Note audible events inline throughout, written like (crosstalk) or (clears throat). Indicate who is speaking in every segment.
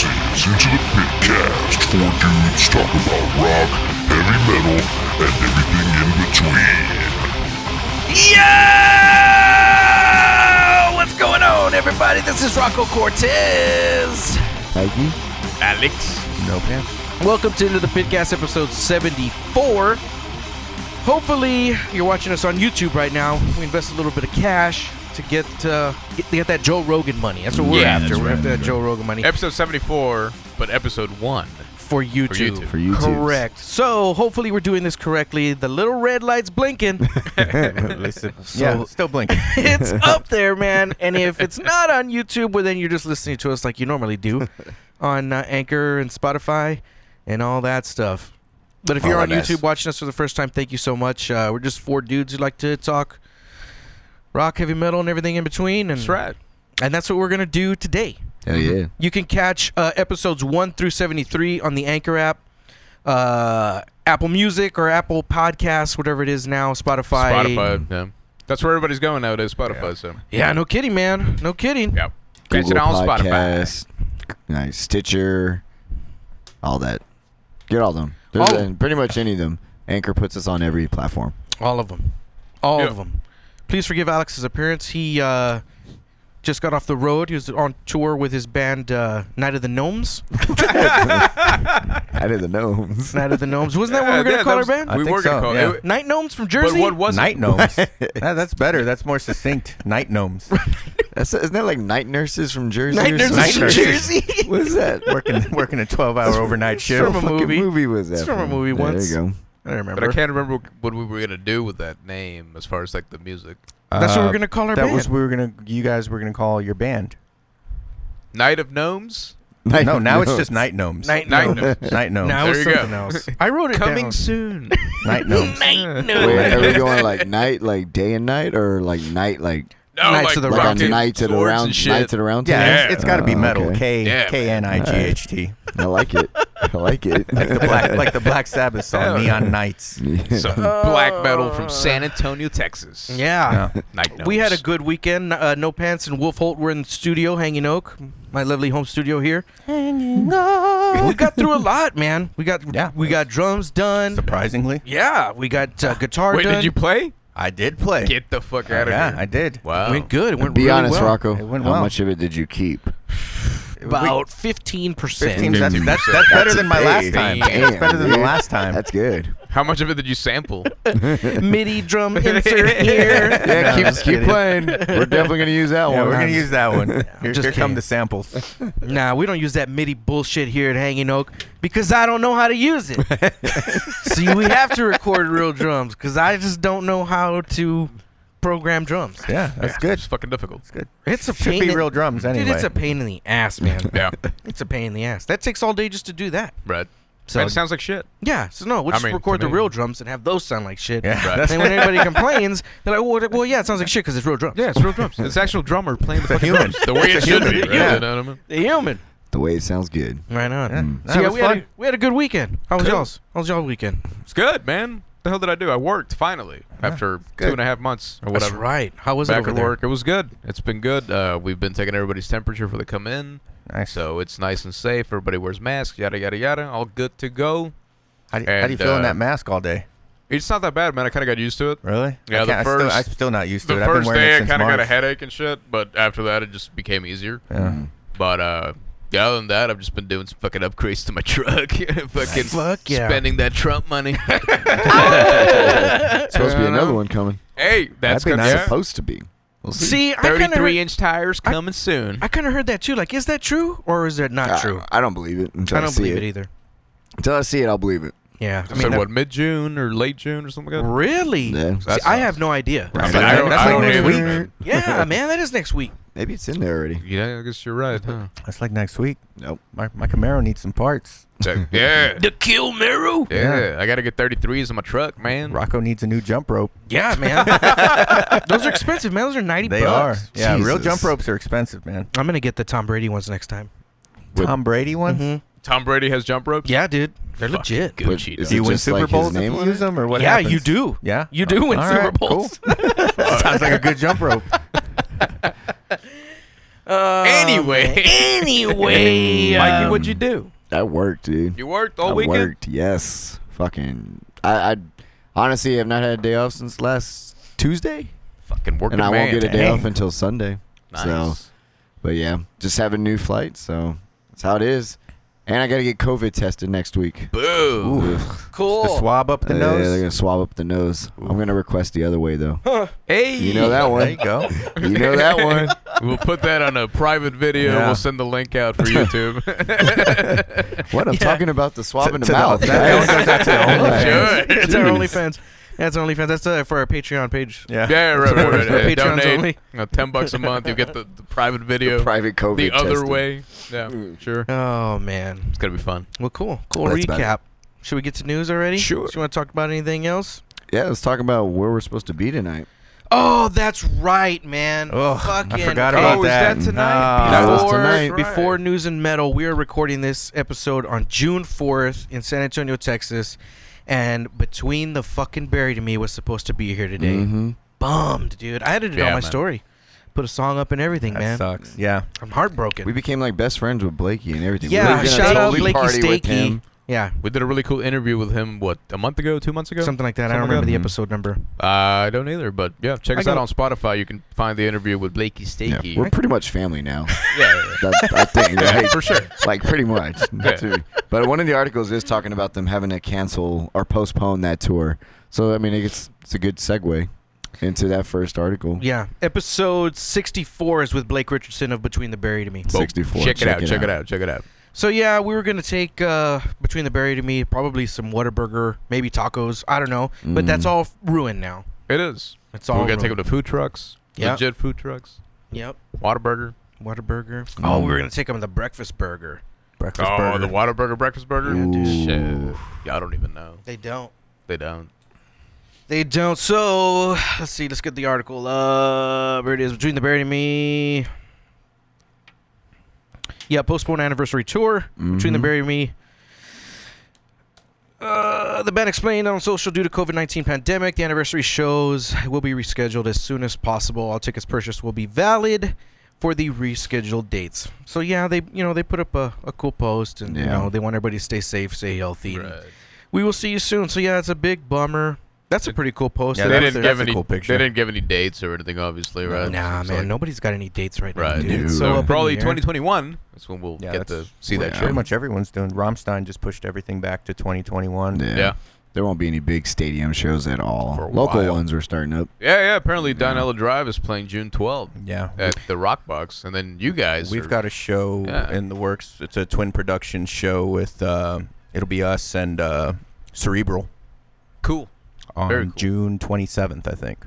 Speaker 1: to the Pitcast. Four dudes talk about rock, heavy metal, and everything in between.
Speaker 2: Yo! What's going on, everybody? This is Rocco Cortez.
Speaker 3: Mikey?
Speaker 4: Alex.
Speaker 3: No pants.
Speaker 2: Welcome to Into the Pitcast, episode 74. Hopefully, you're watching us on YouTube right now. We invest a little bit of cash to get uh, get, to get that Joe Rogan money. That's what we're
Speaker 4: Yeah,
Speaker 2: after.
Speaker 4: that's
Speaker 2: We're
Speaker 4: right,
Speaker 2: after that
Speaker 4: that's
Speaker 2: Joe Rogan money
Speaker 4: Episode 74, but episode 1.
Speaker 2: for YouTube.
Speaker 4: YouTube.
Speaker 3: For YouTubes.
Speaker 2: Correct. So, hopefully, we're doing this correctly. The little red light's blinking.
Speaker 5: Listen,
Speaker 2: So-
Speaker 5: yeah, still blinking.
Speaker 4: (laughs)
Speaker 2: it's up there, man. And if it's not on YouTube, well, then you're just listening to us like you normally
Speaker 4: (laughs)
Speaker 2: do on uh, Anchor and Spotify and all that stuff. But if you're
Speaker 5: All
Speaker 2: on
Speaker 5: that
Speaker 2: YouTube
Speaker 5: ass.
Speaker 2: watching us for the first time, thank you so much. Uh, we're just four dudes who like to talk rock, heavy metal, and everything in between. And,
Speaker 4: That's right.
Speaker 2: And that's what we're going to do today.
Speaker 3: (laughs) Hell yeah.
Speaker 2: You can catch uh, episodes 1 through 73 on the Anchor app, uh, Apple Music, or Apple Podcasts, whatever it is now, Spotify.
Speaker 4: Spotify. Yeah. That's where everybody's going nowadays, Spotify. So,
Speaker 2: Yeah, no kidding, man. No kidding.
Speaker 4: yeah. Catch it on Spotify.
Speaker 3: Nice. Stitcher. All that. Get all them. There's
Speaker 5: Oh.
Speaker 2: All-
Speaker 3: uh, pretty much any of them. Anchor puts us on every platform.
Speaker 2: All of them. All
Speaker 4: Yeah.
Speaker 2: of them. Please forgive Alex's appearance. He uh, just got off the road. He was on tour with his band uh, Night of the Gnomes.
Speaker 3: Out of the gnomes.
Speaker 2: Night of the Gnomes. Wasn't that what we were going to
Speaker 4: (laughs) Yeah,
Speaker 2: call our
Speaker 4: that was-
Speaker 2: band?
Speaker 5: I
Speaker 4: We
Speaker 5: think
Speaker 4: were going
Speaker 5: so,
Speaker 4: to call
Speaker 5: yeah.
Speaker 4: it.
Speaker 2: Night Gnomes from
Speaker 4: But
Speaker 2: Jersey?
Speaker 4: what was
Speaker 5: Night
Speaker 4: it?
Speaker 5: gnomes. That- that's better. That's more succinct. Night gnomes.
Speaker 3: (laughs) That's, isn't that like night nurses from
Speaker 2: (laughs)
Speaker 3: Jersey?
Speaker 2: Night
Speaker 3: or
Speaker 2: Gnomes
Speaker 3: something?
Speaker 5: Night
Speaker 2: from
Speaker 5: Nurses.
Speaker 2: Jersey?
Speaker 5: (laughs)
Speaker 3: (laughs) What is that?
Speaker 5: Working working a twelve hour overnight shift.
Speaker 2: From a
Speaker 3: What fucking
Speaker 2: movie.
Speaker 3: was that?
Speaker 2: It's from a movie once.
Speaker 3: There you go.
Speaker 2: I don't remember.
Speaker 4: But I can't remember what we were going to do with that name as far as like the music.
Speaker 2: That's what
Speaker 5: Uh,
Speaker 2: we're going to call our
Speaker 5: That
Speaker 2: band.
Speaker 5: was we were gonna you guys were gonna call your band.
Speaker 4: Night of Gnomes?
Speaker 3: Night
Speaker 5: no, now it's
Speaker 3: gnomes.
Speaker 5: just night gnomes.
Speaker 2: Night
Speaker 4: Night
Speaker 2: Gnomes.
Speaker 4: Gnomes.
Speaker 5: night gnomes.
Speaker 2: Now
Speaker 4: There
Speaker 2: it's
Speaker 4: you go.
Speaker 2: something else. I wrote it
Speaker 4: Coming
Speaker 2: down.
Speaker 4: soon.
Speaker 5: night gnomes.
Speaker 2: Night
Speaker 3: Wait, are
Speaker 2: Gnomes.
Speaker 3: we going like night, like day and night, or like night, like
Speaker 4: (laughs) No,
Speaker 2: Knights
Speaker 4: like
Speaker 2: of the
Speaker 3: like
Speaker 2: Rocket
Speaker 3: a knights at
Speaker 4: at
Speaker 3: a round, knights at a round
Speaker 5: Yeah,
Speaker 3: table?
Speaker 5: it's- it's got to be
Speaker 3: Oh,
Speaker 5: metal. K
Speaker 3: okay.
Speaker 4: Yeah,
Speaker 5: K N I G H T.
Speaker 3: I like it. I like it.
Speaker 5: Like the black like
Speaker 3: (laughs)
Speaker 5: the Black Sabbath song, Neon Nights.
Speaker 4: (laughs) Some black metal from San Antonio, Texas.
Speaker 2: Oh. Yeah.
Speaker 5: Yeah.
Speaker 4: Night Gnomes.
Speaker 2: We had a good weekend. Uh, no Pants and Wolf Holt were in the studio, Hanging Oak, my lovely home studio here. we got through a lot, man. We got
Speaker 5: Yeah.
Speaker 2: we got drums done.
Speaker 5: Surprisingly,
Speaker 2: Yeah, we got uh, guitar
Speaker 4: Wait,
Speaker 2: done.
Speaker 4: did you play?
Speaker 5: I did play.
Speaker 4: Get the fuck out of
Speaker 5: yeah,
Speaker 4: here.
Speaker 5: I did.
Speaker 4: Wow.
Speaker 2: went good. It went
Speaker 3: Be
Speaker 2: really
Speaker 3: honest,
Speaker 2: well.
Speaker 3: Rocco.
Speaker 5: It went
Speaker 3: How
Speaker 5: well.
Speaker 3: much of it did you keep?
Speaker 2: About fifteen percent.
Speaker 5: 15, that's, that's, that's, better than my last
Speaker 3: That's
Speaker 5: time.
Speaker 4: big.
Speaker 5: That's better than the
Speaker 3: Damn,
Speaker 5: last time. (laughs)
Speaker 3: That's good.
Speaker 4: How much of it did you sample?
Speaker 2: MIDI drum insert here.
Speaker 3: Yeah,
Speaker 2: (laughs)
Speaker 5: keep- just keep kidding.
Speaker 3: playing. We're definitely gonna use that
Speaker 5: yeah,
Speaker 3: one.
Speaker 5: we're gonna use that one. (laughs) Here,
Speaker 2: just
Speaker 5: here
Speaker 2: kidding.
Speaker 5: come the samples.
Speaker 2: (laughs) Nah, we don't use that MIDI bullshit here at Hanging Oak because I don't know how to use it. See, we have to record real drums because I just don't know how to program drums.
Speaker 5: (laughs) Yeah, that's
Speaker 4: Yeah, (laughs)
Speaker 5: good.
Speaker 4: It's fucking difficult.
Speaker 5: Good.
Speaker 2: It's a
Speaker 5: Should
Speaker 2: pain
Speaker 5: be
Speaker 2: in-
Speaker 5: real drums anyway.
Speaker 2: Dude, it's a pain in the ass, man.
Speaker 4: (laughs) Yeah,
Speaker 2: It's a pain in the ass. That takes all day just to do that.
Speaker 4: right.
Speaker 2: So
Speaker 4: and it sounds like shit.
Speaker 2: yeah, so no, we'll
Speaker 4: I
Speaker 2: just
Speaker 4: mean, to
Speaker 2: record the
Speaker 4: me.
Speaker 2: real drums and have those sound like shit.
Speaker 5: yeah,
Speaker 4: Right.
Speaker 5: that's
Speaker 2: And
Speaker 4: (laughs)
Speaker 5: (laughs)
Speaker 2: when anybody complains, they're like, well, well, yeah, it sounds like shit because it's real drums.
Speaker 4: Yeah, it's real drums. It's actual drummer playing the fucking
Speaker 5: (laughs) human.
Speaker 4: drums. The way it
Speaker 5: It's a
Speaker 4: should be.
Speaker 5: human.
Speaker 4: Right?
Speaker 5: Yeah.
Speaker 4: You know what I mean?
Speaker 2: The human.
Speaker 3: The way it sounds good.
Speaker 2: Right on.
Speaker 5: Yeah.
Speaker 3: Mm.
Speaker 5: Nah,
Speaker 2: So
Speaker 5: it
Speaker 2: yeah,
Speaker 5: was
Speaker 2: we had, a,
Speaker 5: fun.
Speaker 2: we had a good weekend. How was
Speaker 4: Cool.
Speaker 2: y'all's? How was y'all weekend?
Speaker 4: It's good, man. The hell did I do? I worked finally after two and a half months or whatever.
Speaker 2: That's right. How was
Speaker 4: Back
Speaker 2: it over
Speaker 4: at
Speaker 2: there?
Speaker 4: work. It was good. It's been good. Uh, we've been taking everybody's temperature for the come in.
Speaker 5: Nice.
Speaker 4: So it's nice and safe. Everybody wears masks, yada, yada, yada. All good to go.
Speaker 5: how, do, how do you
Speaker 4: and,
Speaker 5: feel in
Speaker 4: uh,
Speaker 5: that mask all day?
Speaker 4: It's not that bad, man. I kind of got used to it.
Speaker 5: Really?
Speaker 4: Yeah,
Speaker 5: I
Speaker 4: the
Speaker 5: can't- I still,
Speaker 4: first-
Speaker 5: I'm still not used to
Speaker 4: The
Speaker 5: it. I've been
Speaker 4: first
Speaker 5: wearing
Speaker 4: day,
Speaker 5: it
Speaker 4: I
Speaker 5: since
Speaker 4: kind of got a
Speaker 5: March.
Speaker 4: headache and shit, but after that, it just became easier.
Speaker 5: Yeah.
Speaker 4: But uh, yeah, other than that, I've just been doing some fucking upgrades to my truck. (laughs) fucking
Speaker 2: Fuck yeah.
Speaker 4: spending that Trump money.
Speaker 3: It's supposed to be another one coming.
Speaker 4: hey, that's
Speaker 3: I
Speaker 4: good.
Speaker 3: think
Speaker 4: Yeah.
Speaker 3: supposed to be. We'll see.
Speaker 2: See, I kind of
Speaker 4: 33
Speaker 2: heard,
Speaker 4: inch tires coming soon.
Speaker 2: I kind of heard that too. Like, is that true or is that not
Speaker 3: I-
Speaker 2: true?
Speaker 3: I, don't believe it until
Speaker 2: I
Speaker 3: Ah, I,
Speaker 2: don't
Speaker 3: see
Speaker 2: believe
Speaker 3: it.
Speaker 2: it either.
Speaker 3: Until I see it, I'll believe it.
Speaker 2: Yeah, I
Speaker 4: so
Speaker 2: mean,
Speaker 4: what, mid June or late June or something like that?
Speaker 2: really?
Speaker 3: Yeah.
Speaker 2: See, I have no idea.
Speaker 4: I, mean,
Speaker 5: like-
Speaker 4: I don't,
Speaker 5: that's
Speaker 4: I
Speaker 5: like
Speaker 4: don't
Speaker 5: next
Speaker 4: either,
Speaker 5: week.
Speaker 4: man.
Speaker 5: (laughs)
Speaker 2: Yeah, man, that is next week.
Speaker 3: Maybe it's in there already.
Speaker 4: Yeah, I guess you're right, huh?
Speaker 5: That's like next week.
Speaker 3: Nope.
Speaker 5: My, my Camaro needs some parts.
Speaker 4: So, yeah.
Speaker 2: The Kill Mirror.
Speaker 4: Yeah, I gotta get 33s in my truck, man.
Speaker 5: Rocco needs a new jump rope.
Speaker 2: Yeah, man. Those are expensive, man. Those are ninety
Speaker 5: They are.
Speaker 2: bucks.
Speaker 5: Yeah, real
Speaker 3: Jesus.
Speaker 5: jump ropes are expensive, man.
Speaker 2: I'm gonna get the Tom Brady ones next time.
Speaker 3: With-
Speaker 5: Tom Brady ones?
Speaker 2: Mm-hmm.
Speaker 4: Tom Brady has jump ropes.
Speaker 2: Yeah, dude, they're
Speaker 4: Fuck.
Speaker 2: legit.
Speaker 4: Good
Speaker 3: But
Speaker 4: cheat.
Speaker 3: is
Speaker 5: Do you
Speaker 3: it
Speaker 5: win
Speaker 3: just
Speaker 5: Super
Speaker 3: like his
Speaker 5: Bowls if
Speaker 3: name
Speaker 5: you
Speaker 3: on
Speaker 5: use
Speaker 3: it?
Speaker 5: them, or what?
Speaker 2: yeah,
Speaker 5: happens?
Speaker 2: you do.
Speaker 5: Yeah,
Speaker 2: you do win
Speaker 5: All
Speaker 2: Super
Speaker 5: right,
Speaker 2: Bowls.
Speaker 5: Cool. (laughs) Sounds like a good jump rope.
Speaker 2: Uh,
Speaker 4: Anyway.
Speaker 2: anyway,
Speaker 4: Mikey,
Speaker 2: um,
Speaker 4: (laughs) um, what'd you do?
Speaker 3: I worked, dude.
Speaker 4: You worked all
Speaker 3: I
Speaker 4: weekend.
Speaker 3: worked. Yes. Fucking. I, I honestly have not had a day off since last Tuesday,
Speaker 4: Fucking working
Speaker 3: and I
Speaker 4: man.
Speaker 3: won't get a day
Speaker 5: dang.
Speaker 3: off until Sunday.
Speaker 4: Nice.
Speaker 3: So, but yeah, just have a new flight. So that's how it is. And I gotta get COVID tested next week.
Speaker 4: Boo.
Speaker 5: The
Speaker 2: Cool.
Speaker 5: swab up the
Speaker 3: Uh, Yeah, they're
Speaker 5: nose.
Speaker 3: gonna swab up the nose. I'm gonna request the other way though.
Speaker 4: Hey.
Speaker 3: You know that
Speaker 5: There
Speaker 3: one.
Speaker 5: you go.
Speaker 3: You know that one.
Speaker 4: (laughs) We'll put that on a private video.
Speaker 5: Yeah.
Speaker 4: We'll send the link out for YouTube. (laughs)
Speaker 3: What I'm talking about the swab in the
Speaker 5: to the-
Speaker 3: mouth.
Speaker 5: that
Speaker 3: guys.
Speaker 5: one
Speaker 2: (laughs)
Speaker 5: goes out to
Speaker 3: (laughs)
Speaker 5: the
Speaker 3: Right.
Speaker 4: OnlyFans. Sure.
Speaker 2: That's our OnlyFans. That's
Speaker 3: Jeez.
Speaker 2: our OnlyFans. That's uh, for our Patreon page.
Speaker 5: (laughs) Yeah.
Speaker 4: yeah, right, right, right.
Speaker 2: For
Speaker 4: Yeah,
Speaker 2: Patreons
Speaker 4: donate
Speaker 2: only.
Speaker 4: you know, ten bucks a month. You get the, the private video.
Speaker 3: Private COVID.
Speaker 4: the other
Speaker 3: testing.
Speaker 4: way. Yeah, sure.
Speaker 2: Oh man.
Speaker 4: It's gonna be fun.
Speaker 2: Well, cool. Cool
Speaker 3: That's about it.
Speaker 2: recap. Should we get to news already?
Speaker 3: Sure.
Speaker 2: Do you want to talk about anything else?
Speaker 3: Yeah, let's talk about where we're supposed to be tonight.
Speaker 2: Oh, that's right, man.
Speaker 5: Ugh, I
Speaker 2: Fucking.
Speaker 5: forgot
Speaker 2: oh,
Speaker 5: about
Speaker 2: is
Speaker 5: that.
Speaker 2: that tonight?
Speaker 5: Nah.
Speaker 3: That was
Speaker 2: before,
Speaker 3: tonight.
Speaker 2: before news and metal, we are recording this episode on June fourth in San Antonio, Texas, and between the fucking buried and me was supposed to be here today.
Speaker 3: Mhm.
Speaker 2: Bummed, dude. I edited all
Speaker 4: Yeah,
Speaker 2: my
Speaker 4: man.
Speaker 2: story, put a song up and everything,
Speaker 5: That
Speaker 2: man.
Speaker 5: sucks. Yeah.
Speaker 2: I'm heartbroken.
Speaker 3: We became like best friends with Blakey and everything. We
Speaker 2: yeah,
Speaker 3: lived in a
Speaker 2: shout out
Speaker 3: totally
Speaker 2: Blakey
Speaker 3: party with
Speaker 2: Stakey.
Speaker 3: him.
Speaker 2: Yeah,
Speaker 4: We did a really cool interview with him. What a month ago, two months ago.
Speaker 2: something like that. I don't
Speaker 4: Something
Speaker 2: remember
Speaker 4: like
Speaker 2: the
Speaker 3: that.
Speaker 2: episode number.
Speaker 4: Uh, I don't either, but yeah, check
Speaker 2: I
Speaker 4: us out
Speaker 2: got-
Speaker 4: on Spotify. You can find the interview with Blakey
Speaker 3: Yeah,
Speaker 4: Stakey.
Speaker 3: we're pretty much family now.
Speaker 4: yeah,
Speaker 2: (laughs)
Speaker 4: yeah,
Speaker 3: That's, I think,
Speaker 4: yeah.
Speaker 3: right?
Speaker 4: for sure.
Speaker 3: Like pretty much.
Speaker 4: Yeah.
Speaker 3: too. But one of the articles is talking about them having to cancel or postpone that tour. So I mean, it's it's a good segue into that first article.
Speaker 2: Yeah, episode 64 is with Blake Richardson of Between the Buried and Me.
Speaker 4: Boom.
Speaker 3: 64.
Speaker 4: Check, it out. check it out. Check it out.
Speaker 2: So yeah, we were gonna take uh, Between the Buried and Me, probably some Whataburger, maybe tacos. I don't know, but that's
Speaker 3: Mm.
Speaker 2: all ruined now.
Speaker 4: It is.
Speaker 2: It's all
Speaker 4: We're gonna take him
Speaker 2: ruined.
Speaker 4: to food trucks.
Speaker 2: Yeah.
Speaker 4: Legit food trucks.
Speaker 2: Yep,
Speaker 4: Whataburger.
Speaker 2: Whataburger. Oh, we were gonna take him to the breakfast burger.
Speaker 5: Breakfast
Speaker 4: Oh,
Speaker 5: burger.
Speaker 4: the Whataburger breakfast burger.
Speaker 3: Ooh.
Speaker 4: Shit. Y'all don't even know.
Speaker 2: They don't.
Speaker 4: They don't.
Speaker 2: They don't. So let's see. Let's get the article up. Here it is. Between the Buried and Me. Yeah, postponed anniversary tour. Between the
Speaker 3: Mhm.
Speaker 2: Buried and Me. Uh, the band explained on social due to COVID 19 pandemic, the anniversary shows will be rescheduled as soon as possible. All tickets purchased will be valid for the rescheduled dates. So yeah, they you know they put up a, a cool post and you
Speaker 3: Yeah.
Speaker 2: know they want everybody to stay safe, stay healthy. We will see you soon. So yeah, it's a big bummer. That's a pretty cool post.
Speaker 5: Yeah,
Speaker 2: It
Speaker 4: They
Speaker 5: that's
Speaker 2: up
Speaker 4: didn't
Speaker 5: a-
Speaker 2: there.
Speaker 4: give
Speaker 5: a
Speaker 4: any.
Speaker 5: cool
Speaker 4: they
Speaker 5: picture.
Speaker 4: didn't give any dates or anything, obviously, right?
Speaker 2: Nah,
Speaker 4: It's
Speaker 2: man,
Speaker 4: like-
Speaker 2: nobody's got any dates right,
Speaker 4: Right.
Speaker 2: now. Dude. It's
Speaker 3: No.
Speaker 2: so
Speaker 4: So
Speaker 2: up in
Speaker 4: probably
Speaker 2: the air.
Speaker 4: 2021 is when we'll
Speaker 5: Yeah,
Speaker 4: get to
Speaker 5: that's
Speaker 4: see that
Speaker 3: Yeah.
Speaker 4: show.
Speaker 5: Pretty much everyone's doing. Rammstein just pushed everything back to 2021.
Speaker 3: Yeah.
Speaker 4: Yeah.
Speaker 3: There won't be any big stadium shows at all.
Speaker 4: For a
Speaker 3: Local
Speaker 4: while.
Speaker 3: ones are starting up.
Speaker 4: Yeah, yeah. Apparently, Dinella Drive is playing June 12th
Speaker 5: Yeah.
Speaker 4: at the Rock Box, and then you guys.
Speaker 5: We've
Speaker 4: are-
Speaker 5: got a show
Speaker 4: Yeah.
Speaker 5: in the works. It's a twin production show with uh, it'll be us and uh, Cerebral
Speaker 4: cool.
Speaker 5: on
Speaker 4: Very cool.
Speaker 5: June 27th, I think.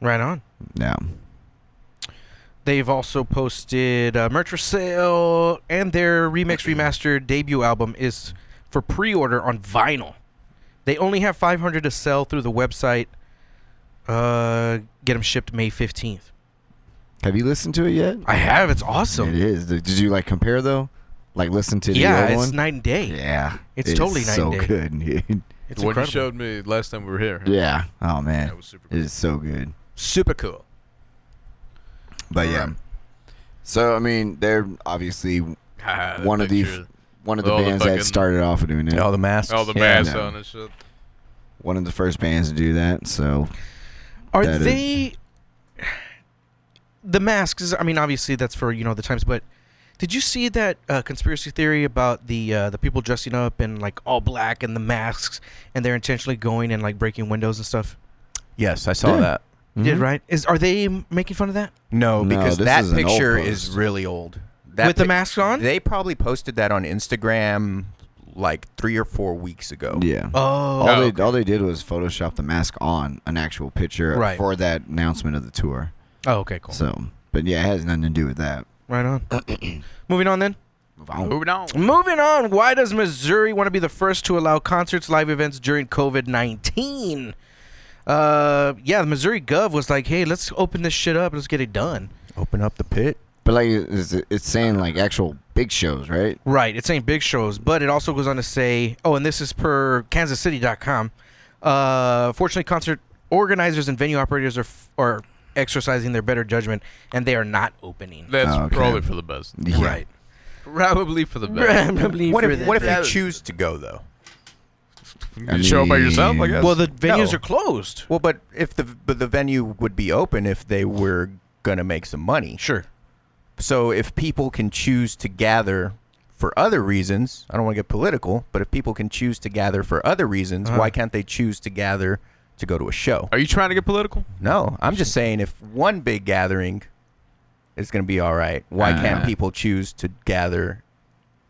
Speaker 2: Right on.
Speaker 3: Yeah.
Speaker 2: They've also posted uh, merch for sale, and their remix remastered debut album is for pre-order on vinyl. They only have 500 to sell through the website. Uh, get them shipped May 15th.
Speaker 3: Have you listened to it yet?
Speaker 2: I have. It's awesome.
Speaker 3: It is. Did did you like compare though? Like listen to the
Speaker 2: yeah,
Speaker 3: old
Speaker 2: it's
Speaker 3: one?
Speaker 2: night and day.
Speaker 3: Yeah,
Speaker 2: It's totally night
Speaker 3: so
Speaker 2: and day.
Speaker 3: good. (laughs) dude.
Speaker 2: It's
Speaker 4: The one you
Speaker 2: incredible.
Speaker 4: showed me last time we were here.
Speaker 3: yeah. Oh man,
Speaker 4: That was super
Speaker 3: it
Speaker 4: cool.
Speaker 3: is so good.
Speaker 4: Super cool.
Speaker 3: But yeah. So I mean, they're
Speaker 4: (laughs)
Speaker 3: obviously one of the
Speaker 4: Ah, picture.
Speaker 3: one of the
Speaker 4: All the
Speaker 3: bands
Speaker 4: fucking-
Speaker 3: that started off with doing it.
Speaker 5: All Oh, the masks.
Speaker 4: all Oh, the
Speaker 5: Yeah.
Speaker 4: masks
Speaker 3: no.
Speaker 4: on and shit.
Speaker 3: one of the first bands to do that. So
Speaker 2: Are
Speaker 3: That is-
Speaker 2: they the masks? is- I mean, obviously that's for you know the times, but did you see that uh, conspiracy theory about the uh, the people dressing up in like all black and the masks, and they're intentionally going and like breaking windows and stuff?
Speaker 5: Yes, I saw
Speaker 3: Yeah.
Speaker 5: that.
Speaker 2: You
Speaker 3: Mm-hmm.
Speaker 2: Did right? Is are they m- making fun of that?
Speaker 5: No,
Speaker 3: No,
Speaker 5: because
Speaker 3: this
Speaker 5: that
Speaker 3: is an old
Speaker 5: picture is
Speaker 3: post.
Speaker 5: really old. That
Speaker 2: With the
Speaker 5: pic-
Speaker 2: mask on?
Speaker 5: They probably posted that on Instagram like three or four weeks ago.
Speaker 3: yeah.
Speaker 2: Oh,
Speaker 3: all
Speaker 4: Oh,
Speaker 3: they
Speaker 4: okay.
Speaker 3: all they did was Photoshop the mask on an actual picture
Speaker 2: Right.
Speaker 3: for that announcement of the tour.
Speaker 2: oh, okay, cool.
Speaker 3: So, but yeah, it has nothing to do with that.
Speaker 2: Right on.
Speaker 3: (clears throat)
Speaker 2: Moving on then.
Speaker 3: Move on.
Speaker 4: Moving on.
Speaker 2: Moving on, why does Missouri want to be the first to allow concerts, live events during COVID 19? Uh, yeah, the Missouri Gov was like, hey, let's open this shit up. Let's get it done.
Speaker 5: Open up the pit.
Speaker 3: But like, it's, it's saying like actual big shows, right?
Speaker 2: Right. It's saying big shows, but it also goes on to say, oh, and this is per kansascity.com. Uh, fortunately, concert organizers and venue operators are, f- are exercising their better judgment, and they are not opening.
Speaker 4: That's
Speaker 3: Oh, okay.
Speaker 4: probably for the best.
Speaker 3: Yeah.
Speaker 2: Right.
Speaker 4: Probably for the
Speaker 2: (laughs)
Speaker 4: best.
Speaker 2: Probably
Speaker 5: What
Speaker 2: for
Speaker 5: if,
Speaker 2: the
Speaker 5: what if
Speaker 2: best.
Speaker 5: you choose to go though?
Speaker 4: You
Speaker 3: I
Speaker 4: show up by yourself, I
Speaker 3: mean-
Speaker 4: guess.
Speaker 2: Well, the venues
Speaker 5: No.
Speaker 2: are closed.
Speaker 5: Well, but if the but the venue would be open if they were gonna make some money.
Speaker 2: Sure.
Speaker 5: So if people can choose to gather for other reasons, I don't want to get political, but if people can choose to gather for other reasons, why can't they choose to gather to go to a show?
Speaker 4: are you trying to get political?
Speaker 5: No, I'm just saying if one big gathering is going to be all right, why can't
Speaker 3: Uh.
Speaker 5: people choose to gather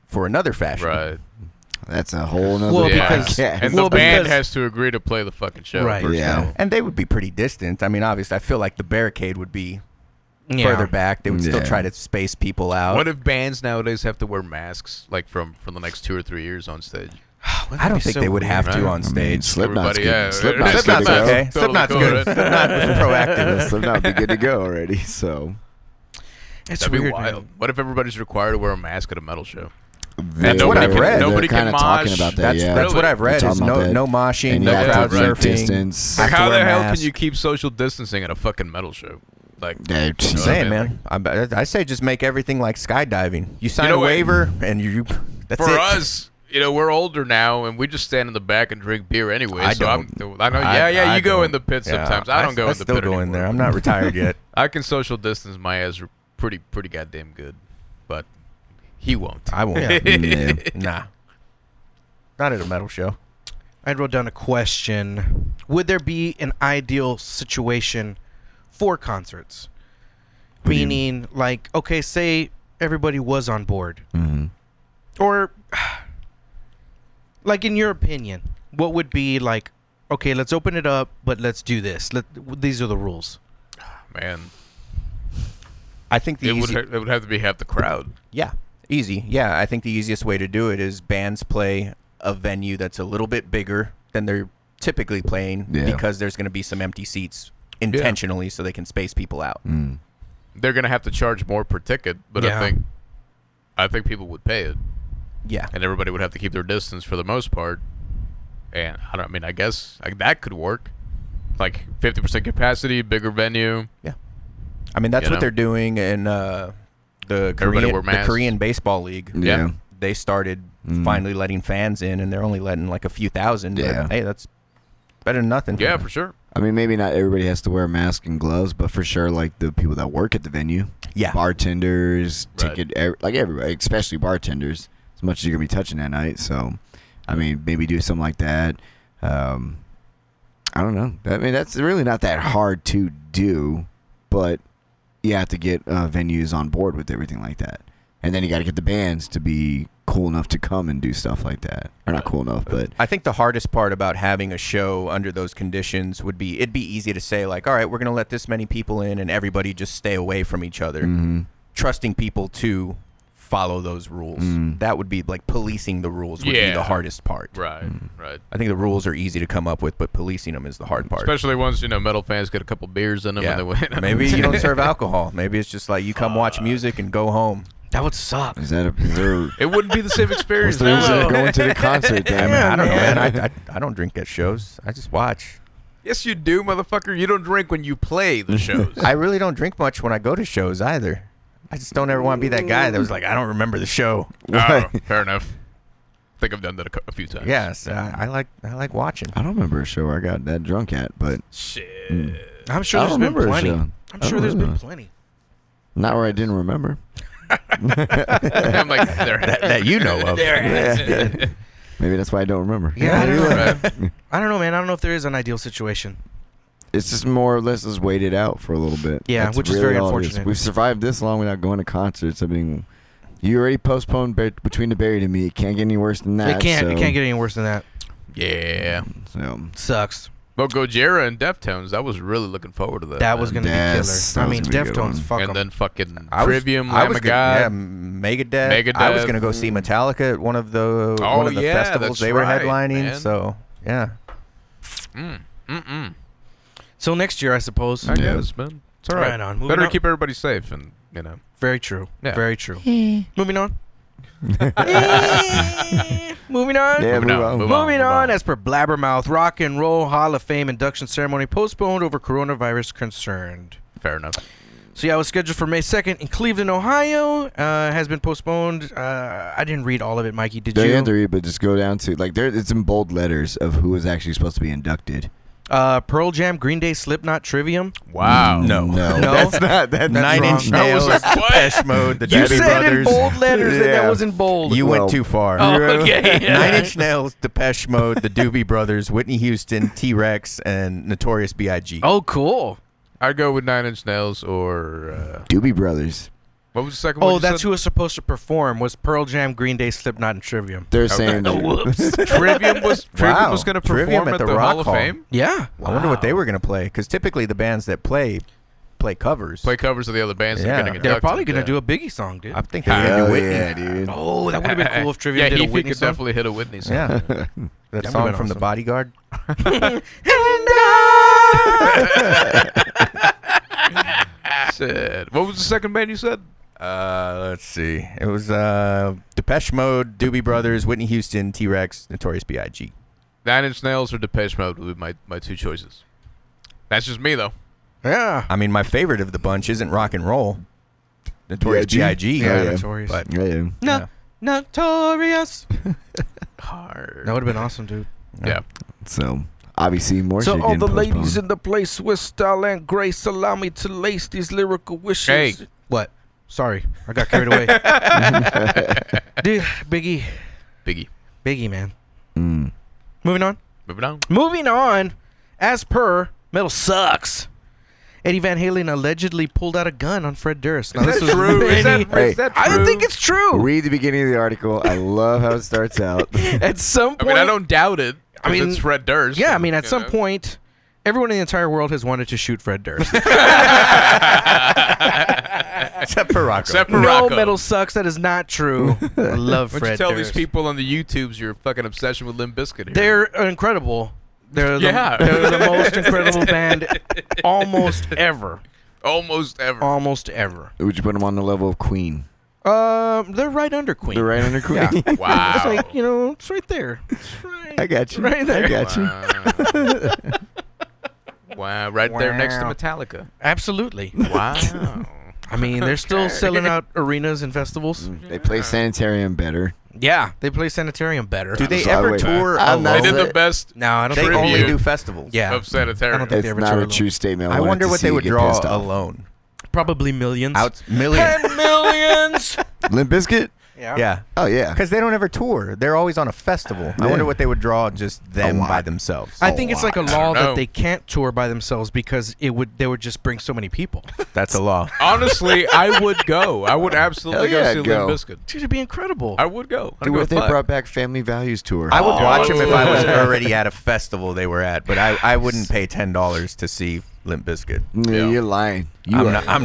Speaker 5: for another fashion?
Speaker 4: Right.
Speaker 3: That's a whole nother.
Speaker 2: Well,
Speaker 4: yeah.
Speaker 3: (laughs)
Speaker 2: because-
Speaker 3: podcast.
Speaker 4: and
Speaker 2: well,
Speaker 4: the band
Speaker 2: because-
Speaker 4: has to agree to play the fucking show.
Speaker 2: Right.
Speaker 4: first.
Speaker 3: yeah,
Speaker 5: And they would be pretty distant. I mean, obviously, I feel like the barricade would be
Speaker 2: Yeah.
Speaker 5: further back. They would still
Speaker 3: Yeah.
Speaker 5: try to space people out.
Speaker 4: What if bands nowadays have to wear masks like from for the next two or three years on stage?
Speaker 5: I don't
Speaker 2: be
Speaker 5: think
Speaker 2: so
Speaker 5: they would have
Speaker 4: right?
Speaker 5: to on
Speaker 3: I mean,
Speaker 5: stage.
Speaker 3: Slipknot's
Speaker 4: Everybody,
Speaker 3: good.
Speaker 4: yeah.
Speaker 3: Slipknot's good to
Speaker 5: Slipknot's
Speaker 3: go.
Speaker 5: okay.
Speaker 4: Totally
Speaker 5: Slipknot's
Speaker 4: cool,
Speaker 5: good.
Speaker 4: right?
Speaker 5: Slipknot was (laughs) proactive.
Speaker 3: (laughs) Slipknot would be good to go already. So
Speaker 2: It's
Speaker 4: That'd be
Speaker 2: weird, man.
Speaker 4: wild. What if everybody's required to wear a mask at a metal show?
Speaker 3: that's
Speaker 5: what I've read.
Speaker 4: Nobody can
Speaker 3: kind of talking
Speaker 4: mosh.
Speaker 3: about that.
Speaker 5: That's
Speaker 3: yeah,
Speaker 5: that's what I've read.
Speaker 3: We're
Speaker 5: Is
Speaker 3: talking
Speaker 5: no
Speaker 3: about that.
Speaker 5: no moshing,
Speaker 3: And
Speaker 5: no
Speaker 3: you have to
Speaker 5: crowd
Speaker 3: run
Speaker 5: surfing.
Speaker 4: (laughs)
Speaker 3: distance.
Speaker 5: Have to
Speaker 4: How
Speaker 5: wear
Speaker 4: the
Speaker 5: a
Speaker 4: hell
Speaker 5: mask.
Speaker 4: can you keep social distancing at a fucking metal show? Like,
Speaker 3: Yeah,
Speaker 5: I'm
Speaker 4: know what I mean?
Speaker 5: saying, man. I'm- I, I say just make everything like skydiving. You sign
Speaker 4: know
Speaker 5: a
Speaker 4: what?
Speaker 5: waiver, and you. you that's
Speaker 4: for
Speaker 5: it.
Speaker 4: us, you know, we're older now, and we just stand in the back and drink beer anyway.
Speaker 5: I
Speaker 4: so I'm,
Speaker 5: don't.
Speaker 4: I know.
Speaker 5: I-
Speaker 4: Yeah, yeah.
Speaker 5: I
Speaker 4: you go
Speaker 5: don't.
Speaker 4: in the pit
Speaker 5: Yeah,
Speaker 4: sometimes. I don't go
Speaker 5: I
Speaker 4: in the
Speaker 5: still
Speaker 4: pit
Speaker 5: go in
Speaker 4: anymore.
Speaker 5: there.
Speaker 4: (laughs)
Speaker 5: I'm not retired yet.
Speaker 4: I can social distance my ass r- pretty pretty goddamn good, but he won't.
Speaker 5: I won't.
Speaker 3: Yeah.
Speaker 5: Nah. Not at a metal show.
Speaker 2: I wrote down a question. Would there be an ideal situation for concerts? Meaning, like, okay, say everybody was on board.
Speaker 3: Mhm.
Speaker 2: Or, (sighs) like, in your opinion, what would be like, okay, let's open it up, but let's do this. Let, these are the rules.
Speaker 4: Man,
Speaker 5: I think the
Speaker 4: it would
Speaker 5: easy-
Speaker 4: ha- it would have to be half the crowd.
Speaker 5: Yeah, easy. Yeah, I think the easiest way to do it is bands play a venue that's a little bit bigger than they're typically playing
Speaker 3: Yeah.
Speaker 5: because there's going to be some empty seats intentionally so they can space people out.
Speaker 3: Mm.
Speaker 4: They're gonna have to charge more per ticket, but
Speaker 2: Yeah.
Speaker 4: I think I think people would pay it,
Speaker 5: Yeah.
Speaker 4: and everybody would have to keep their distance for the most part. And I don't I mean. I guess like, that could work. Like fifty percent capacity, bigger venue.
Speaker 5: Yeah. I mean, that's
Speaker 4: You
Speaker 5: what
Speaker 4: know?
Speaker 5: they're doing in uh, the,
Speaker 4: Everybody
Speaker 5: Korean,
Speaker 4: wear
Speaker 5: the
Speaker 4: masks.
Speaker 5: Korean Baseball League.
Speaker 3: Yeah.
Speaker 5: They started
Speaker 3: Mm.
Speaker 5: finally letting fans in, and they're only letting like a few thousand.
Speaker 3: Yeah.
Speaker 5: But, hey, that's better than nothing.
Speaker 4: Yeah, for sure.
Speaker 3: I mean, maybe not everybody has to wear a mask and gloves, but for sure, like the people that work at the venue,
Speaker 5: Yeah.
Speaker 3: bartenders,
Speaker 4: Right.
Speaker 3: ticket, ev- like everybody, especially bartenders, as much as you're gonna be touching that night. So, I mean, maybe do something like that. Um, I don't know. I mean, that's really not that hard to do, but you have to get uh, venues on board with everything like that, and then you got to get the bands to be cool enough to come and do stuff like that, or not cool enough, but
Speaker 5: I think the hardest part about having a show under those conditions would be it'd be easy to say like, all right, we're gonna let this many people in and everybody just stay away from each other,
Speaker 3: Mhm.
Speaker 5: trusting people to follow those rules.
Speaker 3: Mm.
Speaker 5: That would be like policing the rules would be
Speaker 4: Yeah.
Speaker 5: the hardest part.
Speaker 4: Right,
Speaker 5: Hmm.
Speaker 4: right.
Speaker 5: I think the rules are easy to come up with, but policing them is the hard part.
Speaker 4: Especially once you know metal fans get a couple beers in them and they win.
Speaker 5: Maybe
Speaker 4: (laughs)
Speaker 5: you don't serve alcohol. Maybe it's just like you come watch music and go home.
Speaker 2: That would suck.
Speaker 3: is that a is there a-
Speaker 4: (laughs) It wouldn't be the
Speaker 5: (laughs)
Speaker 4: same
Speaker 3: What's
Speaker 4: experience.
Speaker 3: the reason
Speaker 4: no.
Speaker 3: of going to the
Speaker 2: (laughs)
Speaker 3: concert, damn
Speaker 5: I
Speaker 3: it?
Speaker 5: don't know, man. I, I, I don't drink at shows. I just watch.
Speaker 4: Yes, you do, motherfucker. You don't drink when you play the shows.
Speaker 5: I really don't drink much when I go to shows either. I just don't ever want to be that guy that was like, I don't remember the show.
Speaker 4: Oh, fair enough. I think I've done that a, cou- a few times.
Speaker 5: Yes, I, I like I like watching.
Speaker 3: (laughs) I don't remember a show where I got that drunk at, but
Speaker 4: Shit. (laughs)
Speaker 2: I'm sure
Speaker 3: I
Speaker 2: there's
Speaker 3: don't
Speaker 2: been
Speaker 3: remember,
Speaker 2: plenty.
Speaker 3: Sean.
Speaker 2: I'm
Speaker 3: I don't
Speaker 2: sure there's been
Speaker 3: remember.
Speaker 2: plenty.
Speaker 3: not where I
Speaker 2: (laughs)
Speaker 3: didn't remember.
Speaker 4: I'm like, there.
Speaker 5: That,
Speaker 4: (laughs)
Speaker 5: that you know of.
Speaker 3: Maybe that's why I don't remember.
Speaker 2: Yeah, I don't know.
Speaker 4: Right.
Speaker 2: I don't know, man. I don't know if there is an ideal situation.
Speaker 3: (laughs) It's just more or less just waited out for a little bit.
Speaker 2: Yeah, which is very
Speaker 3: all it
Speaker 2: unfortunate.
Speaker 3: We've survived this long without going to concerts. I mean, you already postponed Bar- Between the Buried and Me. It can't get any worse than that.
Speaker 2: it can't.
Speaker 3: So,
Speaker 2: It can't get any worse than that.
Speaker 4: (laughs) Yeah.
Speaker 3: So,
Speaker 2: Sucks.
Speaker 4: Well, Gojira and Deftones. I was really looking forward to that.
Speaker 2: That was
Speaker 4: man.
Speaker 2: gonna
Speaker 3: Yes,
Speaker 2: be killer. I
Speaker 3: that was
Speaker 2: mean,
Speaker 3: gonna be a good
Speaker 2: Deftones,
Speaker 3: one.
Speaker 2: fuck 'em.
Speaker 4: And then fucking
Speaker 5: I was-
Speaker 4: Trivium,
Speaker 5: I
Speaker 4: Lamb
Speaker 5: was
Speaker 4: of
Speaker 5: gonna-
Speaker 4: God.
Speaker 5: yeah, Megadeth. I was
Speaker 4: Megadeth.
Speaker 5: gonna go see Metallica at one of the
Speaker 4: Oh,
Speaker 5: one of the
Speaker 4: yeah,
Speaker 5: festivals
Speaker 4: that's
Speaker 5: they were
Speaker 4: right,
Speaker 5: headlining.
Speaker 4: man.
Speaker 5: So yeah,
Speaker 4: Mm, mm-mm.
Speaker 2: So next year, I suppose.
Speaker 4: I
Speaker 3: Yeah.
Speaker 4: guess, man. It's all
Speaker 2: Right
Speaker 4: right.
Speaker 2: on. Moving
Speaker 4: Better
Speaker 2: on.
Speaker 4: keep everybody safe and, you know.
Speaker 2: Very true.
Speaker 4: Yeah.
Speaker 2: Very true. Moving on. Moving on.
Speaker 4: (laughs)
Speaker 3: yeah, move
Speaker 4: on,
Speaker 3: on.
Speaker 4: move
Speaker 2: Moving
Speaker 4: move
Speaker 2: on, as per Blabbermouth, Rock and Roll Hall of Fame induction ceremony postponed over coronavirus concerned.
Speaker 4: Fair enough.
Speaker 2: So yeah, it was scheduled for May 2nd in Cleveland, Ohio. Uh, has been postponed. Uh, I didn't read all of it, Mikey. Did
Speaker 3: Don't
Speaker 2: you?
Speaker 3: have to read, but just go down to like there. It's in bold letters of who was actually supposed to be inducted.
Speaker 2: Uh, Pearl Jam, Green Day, Slipknot, Trivium.
Speaker 4: Wow.
Speaker 5: No.
Speaker 3: no,
Speaker 2: No.
Speaker 3: that's not that.
Speaker 5: Nine
Speaker 2: wrong.
Speaker 5: Inch
Speaker 4: I was
Speaker 5: Nails,
Speaker 4: like, what?
Speaker 5: Depeche Mode, the
Speaker 2: You
Speaker 5: Doobie
Speaker 2: said in
Speaker 5: Brothers.
Speaker 2: bold letters and that
Speaker 3: (laughs) Yeah.
Speaker 2: was in bold.
Speaker 5: You
Speaker 3: Well,
Speaker 5: went too far.
Speaker 4: Oh, okay. yeah.
Speaker 5: Nine Inch Nails, Depeche Mode, the Doobie Brothers, Whitney Houston, T Rex, and Notorious B.I.G.
Speaker 2: oh, cool.
Speaker 4: I'd go with Nine Inch Nails or uh,
Speaker 3: Doobie Brothers.
Speaker 4: what was the second one?
Speaker 2: Oh,
Speaker 4: you
Speaker 2: that's
Speaker 4: said?
Speaker 2: who was supposed to perform was Pearl Jam, Green Day, Slipknot, and Trivium.
Speaker 3: They're saying that-
Speaker 2: (laughs)
Speaker 4: Trivium was Trivium
Speaker 5: Wow.
Speaker 4: was going to
Speaker 5: Trivium
Speaker 4: perform
Speaker 5: at
Speaker 4: at,
Speaker 5: the
Speaker 4: the,
Speaker 5: Rock
Speaker 4: Hall of
Speaker 5: Hall.
Speaker 4: Fame.
Speaker 2: Yeah.
Speaker 5: I wonder what they were going to play because typically the bands that play play covers.
Speaker 4: Play covers of the other bands. that
Speaker 5: Yeah.
Speaker 4: are getting
Speaker 2: They're
Speaker 4: inducted,
Speaker 2: probably gonna
Speaker 4: yeah.
Speaker 2: do a Biggie song, dude.
Speaker 5: I think they were going to do
Speaker 3: Hell
Speaker 5: Whitney.
Speaker 3: yeah, dude.
Speaker 2: oh, that (laughs) would have been cool if Trivium
Speaker 4: yeah,
Speaker 2: did
Speaker 4: he
Speaker 2: a Whitney
Speaker 4: could
Speaker 2: song.
Speaker 4: definitely hit a Whitney song.
Speaker 5: Yeah. (laughs) That
Speaker 2: would've
Speaker 5: song
Speaker 2: been
Speaker 5: from The
Speaker 2: awesome.
Speaker 4: (laughs)
Speaker 5: Bodyguard. Uh,
Speaker 4: Shit. What was the second band you said?
Speaker 5: Uh, let's see. It was uh, Depeche Mode, Doobie Brothers, Whitney Houston, T Rex, Notorious B.I.G.
Speaker 4: Nine Inch Nails or Depeche Mode would be my, my two choices. That's just me though.
Speaker 2: (laughs) (laughs) yeah.
Speaker 5: I mean, my favorite of the bunch isn't rock and roll. Notorious B.I.G.
Speaker 3: B.I.G..
Speaker 2: Yeah,
Speaker 3: Oh, yeah.
Speaker 2: Notorious.
Speaker 5: But (laughs)
Speaker 3: Yeah, yeah.
Speaker 2: No,
Speaker 5: Yeah.
Speaker 2: notorious.
Speaker 4: Hard.
Speaker 2: That would have been awesome, dude.
Speaker 4: yeah.
Speaker 3: So obviously more. shit getting postponed.
Speaker 2: the place, Swiss style and grace, allow me to lace these lyrical wishes.
Speaker 4: Hey.
Speaker 2: What? Sorry, I got carried (laughs) away. Dude, Biggie,
Speaker 4: Biggie.
Speaker 2: Biggie, man.
Speaker 3: Mm.
Speaker 2: Moving on.
Speaker 4: Moving on.
Speaker 2: Moving on. As per, metal sucks. Eddie Van Halen allegedly pulled out a gun on Fred Durst. Now, this was many-
Speaker 3: Hey,
Speaker 2: (laughs) I don't think it's true.
Speaker 3: Read the beginning of the article. I love how it starts out. (laughs)
Speaker 2: At some
Speaker 4: I
Speaker 2: point,
Speaker 4: mean, I don't doubt it.
Speaker 2: I
Speaker 4: I mean,
Speaker 2: mean-
Speaker 4: it's Fred Durst.
Speaker 2: Yeah, I mean, at
Speaker 4: you
Speaker 2: some
Speaker 4: know.
Speaker 2: point, everyone in the entire world has wanted to shoot Fred Durst.
Speaker 5: except for
Speaker 4: (laughs)
Speaker 5: Rocco.
Speaker 4: Except for
Speaker 2: no
Speaker 4: Rocco.
Speaker 2: metal sucks. That is not true. I love
Speaker 4: Why
Speaker 2: Fred
Speaker 4: don't you tell
Speaker 2: Durst.
Speaker 4: these people on the YouTubes your fucking obsession with Limp Bizkit? Here?
Speaker 2: They're incredible. They're the,
Speaker 4: Yeah.
Speaker 2: they're the most
Speaker 4: (laughs)
Speaker 2: incredible band almost ever.
Speaker 4: almost ever.
Speaker 2: Almost ever.
Speaker 3: Would you put them on the level of Queen?
Speaker 2: Um, they're right under Queen.
Speaker 3: They're right under Queen.
Speaker 2: (laughs) It's
Speaker 4: wow.
Speaker 2: like, you know, it's right there. It's right.
Speaker 3: (laughs) I got you.
Speaker 2: Right there.
Speaker 3: I got you.
Speaker 4: Wow. (laughs) wow. Right there next to
Speaker 2: Wow.
Speaker 4: Metallica.
Speaker 2: Absolutely.
Speaker 4: Wow.
Speaker 2: I mean, they're still selling out arenas and festivals.
Speaker 5: Mm.
Speaker 3: They play Sanitarium better.
Speaker 2: Yeah, they play Sanitarium better.
Speaker 5: Do they
Speaker 3: So I
Speaker 5: ever
Speaker 3: wait.
Speaker 5: tour
Speaker 3: I'm
Speaker 4: they
Speaker 3: not-
Speaker 5: alone?
Speaker 4: did the best
Speaker 2: No, I don't
Speaker 5: They
Speaker 2: think
Speaker 4: Tribute.
Speaker 5: only do festivals.
Speaker 2: Yeah.
Speaker 4: of sanitarium.
Speaker 2: I
Speaker 3: (laughs)
Speaker 2: don't think they
Speaker 3: It's
Speaker 2: ever
Speaker 3: not
Speaker 2: tour
Speaker 3: a
Speaker 2: alone.
Speaker 3: true statement.
Speaker 5: I
Speaker 3: wanted
Speaker 5: wonder
Speaker 3: to
Speaker 5: what
Speaker 3: see
Speaker 5: they
Speaker 3: you
Speaker 5: would
Speaker 3: get
Speaker 5: draw
Speaker 3: pissed off.
Speaker 5: alone.
Speaker 2: Probably millions.
Speaker 5: Out million. (laughs)
Speaker 2: millions.
Speaker 3: Limp Biscuit?
Speaker 5: yeah.
Speaker 3: Oh yeah.
Speaker 5: Because they don't ever tour. They're always on a festival. I wonder
Speaker 3: Yeah.
Speaker 5: what they would draw just them
Speaker 3: lot.
Speaker 5: by themselves.
Speaker 2: I think it's like a law
Speaker 4: know.
Speaker 2: that they can't tour by themselves because it would they would just bring so many
Speaker 5: (laughs)
Speaker 2: people.
Speaker 5: That's a law.
Speaker 4: Honestly, I would go. I would absolutely
Speaker 3: Hell yeah,
Speaker 4: go see
Speaker 3: go.
Speaker 4: Limp Bizkit.
Speaker 2: Dude, it'd be incredible.
Speaker 4: I would go. I
Speaker 3: Dude,
Speaker 4: don't
Speaker 3: what
Speaker 4: give
Speaker 3: if
Speaker 4: a
Speaker 3: they
Speaker 4: fuck.
Speaker 3: brought back Family Values tour?
Speaker 5: I would watch them if I was
Speaker 4: Oh.
Speaker 5: already at a festival they were at, but I, I wouldn't pay ten dollars to see Limp Bizkit.
Speaker 3: No,
Speaker 4: Yeah.
Speaker 3: You're lying. You
Speaker 5: I'm
Speaker 3: are
Speaker 5: not- I'm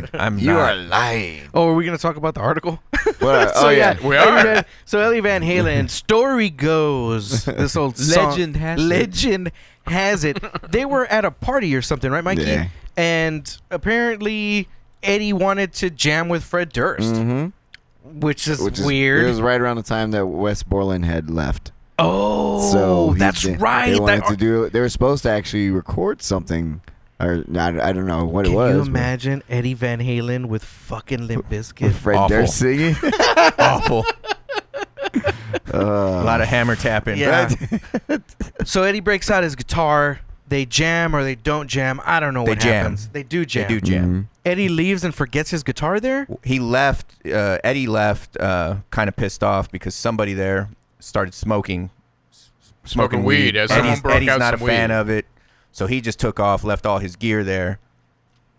Speaker 5: (laughs) not. I'm
Speaker 3: you
Speaker 5: not.
Speaker 3: are lying.
Speaker 2: oh, are we gonna talk about the article?
Speaker 3: What?
Speaker 2: so
Speaker 3: oh yeah.
Speaker 4: We
Speaker 2: Eddie
Speaker 4: are.
Speaker 2: Van- so Ellie Van Halen. story goes this old song-
Speaker 6: Legend has it.
Speaker 2: legend has it they were at a party or something, right, Mikey?
Speaker 3: Yeah.
Speaker 2: And apparently Eddie wanted to jam with Fred Durst, which is
Speaker 3: Mm-hmm. Which is
Speaker 2: weird.
Speaker 3: It was right around the time that Wes Borland had left.
Speaker 2: oh,
Speaker 3: so he-
Speaker 2: that's
Speaker 3: they,
Speaker 2: right.
Speaker 3: They wanted
Speaker 2: That-
Speaker 3: to do. They were supposed to actually record something, or I, I don't know what
Speaker 2: Can
Speaker 3: it was.
Speaker 2: you
Speaker 3: but-
Speaker 2: imagine Eddie Van Halen with fucking Limp
Speaker 3: With
Speaker 2: Bizkit?
Speaker 3: Fred
Speaker 5: Awful.
Speaker 3: Durst
Speaker 2: (laughs)
Speaker 3: singing.
Speaker 5: Awful.
Speaker 3: (laughs) Uh,
Speaker 5: A lot of hammer tapping.
Speaker 2: Yeah. so Eddie breaks out his guitar. They jam or they don't jam. I don't know
Speaker 5: They
Speaker 2: what
Speaker 5: jam.
Speaker 2: happens. They do
Speaker 5: They
Speaker 2: jam.
Speaker 5: do (laughs) jam.
Speaker 3: mhm.
Speaker 2: Eddie leaves and forgets his guitar there.
Speaker 5: He left. Uh, Eddie left, uh, kind of pissed off because somebody there started smoking. s-
Speaker 4: Smoking weed, yeah, someone
Speaker 5: Eddie's,
Speaker 4: broke
Speaker 5: Eddie's
Speaker 4: out
Speaker 5: not a
Speaker 4: some
Speaker 5: fan
Speaker 4: weed.
Speaker 5: of it, so he just took off, left all his gear there.